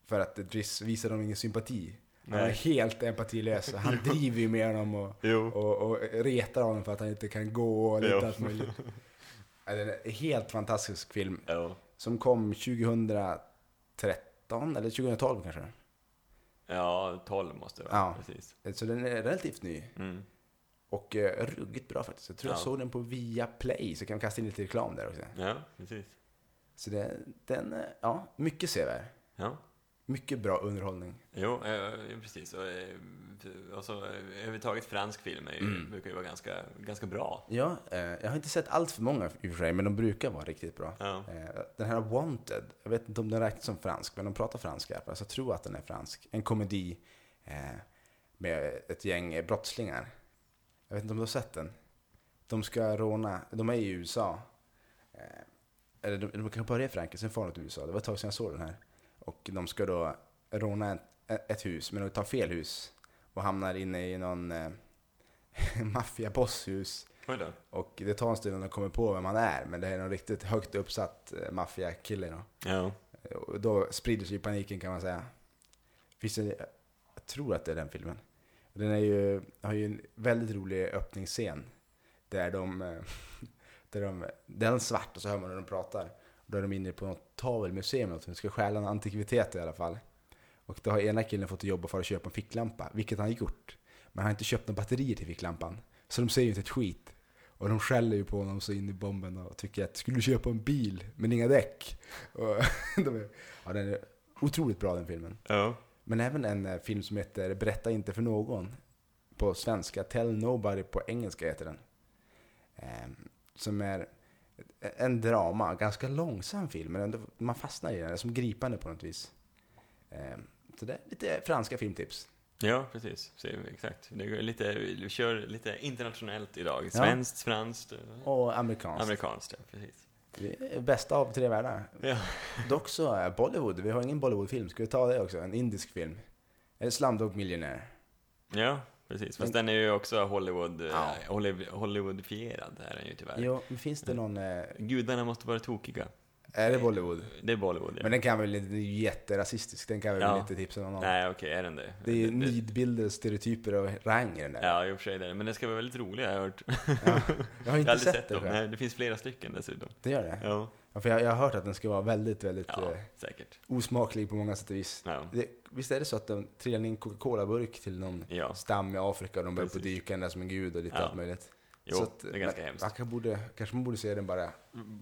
S1: för att Driss visar dem ingen sympati. Han är
S2: Nej.
S1: helt empatilös och
S2: <laughs>
S1: han driver ju med honom och,
S2: Jo.
S1: och, och retar honom för att han inte kan gå och lite
S2: Jo.
S1: allt möjligt. Ja, det är en helt fantastisk film
S2: Jo.
S1: som kom 2013 eller 2012 kanske.
S2: Ja, 12 måste det vara.
S1: Ja.
S2: Precis.
S1: Så den är relativt ny
S2: Mm.
S1: och eh, ruggigt bra faktiskt. Jag tror jag
S2: Ja.
S1: såg den på Viaplay så kan vi kasta in lite reklam där också.
S2: Ja, precis.
S1: Så det, den, eh, ja, mycket sevärd.
S2: Ja.
S1: Mycket bra underhållning.
S2: Jo, eh, ja, precis. Och, eh, och så, eh, överhuvudtaget fransk film är ju,
S1: Mm.
S2: brukar ju vara ganska, ganska bra.
S1: Ja, eh, jag har inte sett allt för många i och för sig, men de brukar vara riktigt bra.
S2: Ja.
S1: Eh, den här Wanted, jag vet inte om den räknas som fransk, men de pratar franska. Alltså, jag tror att den är fransk. En komedi eh, med ett gäng eh, brottslingar. Jag vet inte om du har sett den? De ska råna, de är i USA. Eh, eller de, de kan börja i Frankrike, sen far de till USA. Det var ett tag sedan jag såg den här. Och de ska då råna ett, ett hus, men de tar fel hus. Och hamnar inne i någon eh, <laughs> maffiabosshus.
S2: Oj då.
S1: Och det tar en stund innan de kommer på vem han är, men det är någon riktigt högt uppsatt eh, maffiakille då.
S2: Ja.
S1: Och då sprider sig paniken kan man säga. Finns det, jag tror att det är den filmen. Den är ju, har ju en väldigt rolig öppningsscen. Där de, <laughs> eh, där de, det är en svart och så hör man när de pratar. Då är de inne på något tavelmuseum, eller något, de ska stjäla en antikvitet i alla fall. Och då har ena killen fått jobba för att köpa en ficklampa, vilket han gjort. Men han har inte köpt några batterier till ficklampan. Så de säger ju inte ett skit. Och de skäller ju på honom så in i bomben och tycker att skulle du köpa en bil men inga däck? Och <laughs> de är, ja, den är otroligt bra den filmen.
S2: Ja.
S1: Men även en eh, film som heter Berätta inte för någon. På svenska, Tell Nobody på engelska heter den. Ehm, som är e-, en drama, ganska långsam film, men ändå, man fastnar i den, den är som gripande på något vis. Ehm, så det är lite franska filmtips.
S2: Ja, precis. Så, exakt. Det går lite, vi kör lite internationellt idag. Svenskt, franskt, eh,
S1: Och amerikanskt.
S2: amerikanskt. Ja, precis.
S1: Det är bästa av tre världar.
S2: Ja.
S1: Dock så, eh, Bollywood, vi har ingen Bollywood-film, ska vi ta det också? En indisk film. Eller Slumdog Millionaire.
S2: ja, precis. Fast den är ju också Hollywood, eh,
S1: Ja.
S2: Hollywood Hollywoodfierad är den ju tyvärr.
S1: Jo, men finns det någon... eh,
S2: Gudarna måste vara tokiga.
S1: Är det Bollywood?
S2: Det är Bollywood, ja.
S1: Men den kan väl inte, den är ju jätterasistisk, den kan väl
S2: Ja.
S1: inte tipsa någon om.
S2: Nej, okej, är den det?
S1: Det är ju nidbilder, stereotyper och rang i den där.
S2: Ja, i och för sig det är det. Men den ska vara väldigt rolig, har jag hört.
S1: Jag har
S2: Jag
S1: inte
S2: har aldrig
S1: sett,
S2: sett
S1: det
S2: dem.
S1: själv.
S2: Nej, det finns flera stycken dessutom.
S1: Det gör det?
S2: Ja,
S1: Ja, för jag, jag har hört att den ska vara väldigt, väldigt
S2: ja
S1: eh,
S2: säkert.
S1: osmaklig på många sätt och vis.
S2: Ja.
S1: Det, visst är det så att de trillade in Coca-Cola-burk till någon
S2: Ja.
S1: stam i Afrika och de började på
S2: Precis.
S1: dyka ända som en gud och lite
S2: Ja.
S1: allt möjligt.
S2: Jo,
S1: Så att,
S2: det är ganska
S1: men-
S2: hemskt.
S1: Man kan borde, kanske man borde se den bara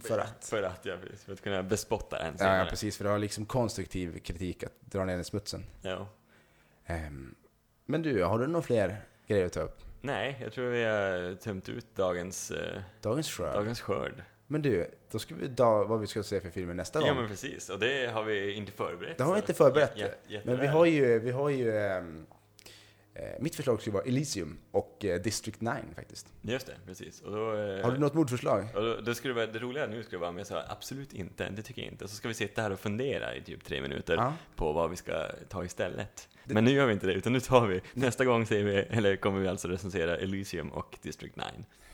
S1: för att.
S2: För att, ja. precis. För att kunna bespotta den
S1: Ja,
S2: senare.
S1: ja, precis. För det har liksom konstruktiv kritik att dra ner den i smutsen.
S2: Ja.
S1: Ehm, men du, har du några fler grejer att ta upp?
S2: Nej, jag tror vi har tömt ut dagens, eh,
S1: Dagens skörd.
S2: dagens skörd.
S1: Men du, då ska vi ta vad vi ska se för filmer nästa
S2: Ja,
S1: gång.
S2: men precis. Och det har vi inte förberett.
S1: Det har vi
S2: så-
S1: inte förberett.
S2: Jä- jä-
S1: men vi
S2: jätteväl.
S1: har ju, vi har ju ehm, eh, mitt förslag skulle vara Elysium och eh, District 9 faktiskt.
S2: Just det, precis. Och då, eh,
S1: Har du något mordförslag?
S2: och då, då skulle det, vara, det roliga nu skulle vara om jag sa absolut inte, det tycker jag inte. Så ska vi sitta här och fundera i typ tre minuter
S1: Ja.
S2: på vad vi ska ta istället. Men nu gör vi inte det, utan nu tar vi, nästa gång säger vi, eller kommer vi alltså recensera Elysium och District 9.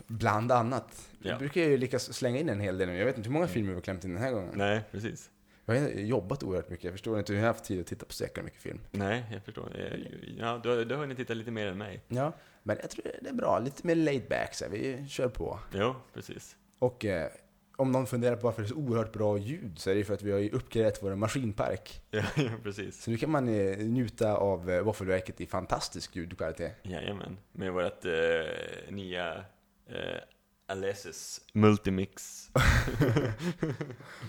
S1: Bland annat. Vi
S2: Ja. Mm.
S1: brukar ju lyckas slänga in en hel del nu. Jag vet inte hur många filmer vi har klämt in den här gången.
S2: Nej, precis.
S1: Jag har jobbat oerhört mycket. Jag förstår inte hur jag har haft tid att titta på så jäkla mycket film.
S2: Nej, jag förstår. Eh, Ja, du, har- du har hunnit titta lite mer än mig.
S1: Ja, men jag tror det är bra. Lite mer laid back så här. Vi kör på.
S2: Jo, precis. <laughs>
S1: Och eh, om någon funderar på varför det är så oerhört bra ljud så är det ju för att vi har ju uppgraderat vår maskinpark.
S2: Ja, ja precis.
S1: Så nu kan man eh, njuta av eh, Våffelverket i fantastisk ljudkvalitet. <laughs>
S2: Jajamän, med vårt eh, nya eh, Alesis
S1: <laughs>
S2: Multimix.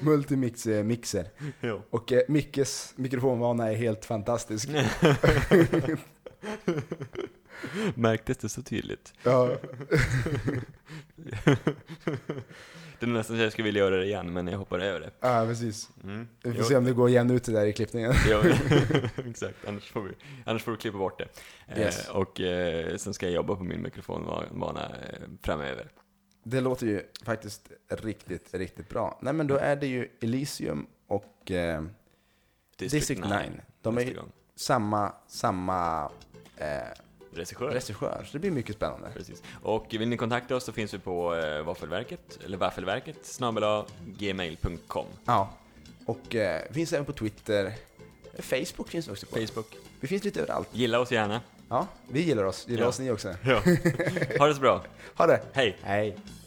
S1: Multimix eh, mixer.
S2: jo.
S1: Och eh, Mickes mikrofonvana är helt fantastisk.
S2: <laughs> Märktes det så tydligt?
S1: Ja,
S2: Det är nästan så jag skulle vilja göra det igen, men jag hoppar över det.
S1: ja precis.
S2: Mm.
S1: Vi får
S2: Jo,
S1: se om det går jämnt ut det där i klippningen. <laughs>
S2: jo, exakt, annars får, vi, annars får du klippa bort det. Eh,
S1: Yes.
S2: och eh, sen ska jag jobba på min mikrofonvana eh, framöver.
S1: Det låter ju faktiskt riktigt, riktigt bra. Nej men då är det ju Elysium och eh, District 9. De är
S2: nästa
S1: ju
S2: gång.
S1: samma, samma eh,
S2: Regissör.
S1: regissör, så det blir mycket spännande.
S2: Precis. Och vill ni kontakta oss så finns vi på eh, vaffelverket, eller vaffelverket, snabel-a gmail.com.
S1: Ja. Och eh, finns även på Twitter. Facebook finns vi också på.
S2: Facebook.
S1: Vi finns lite överallt.
S2: Gilla oss gärna.
S1: Ja, vi gillar oss. Gillar
S2: Ja.
S1: oss ni också.
S2: Ja. <laughs> Ha det så bra.
S1: Ha det!
S2: Hej!
S1: Hej!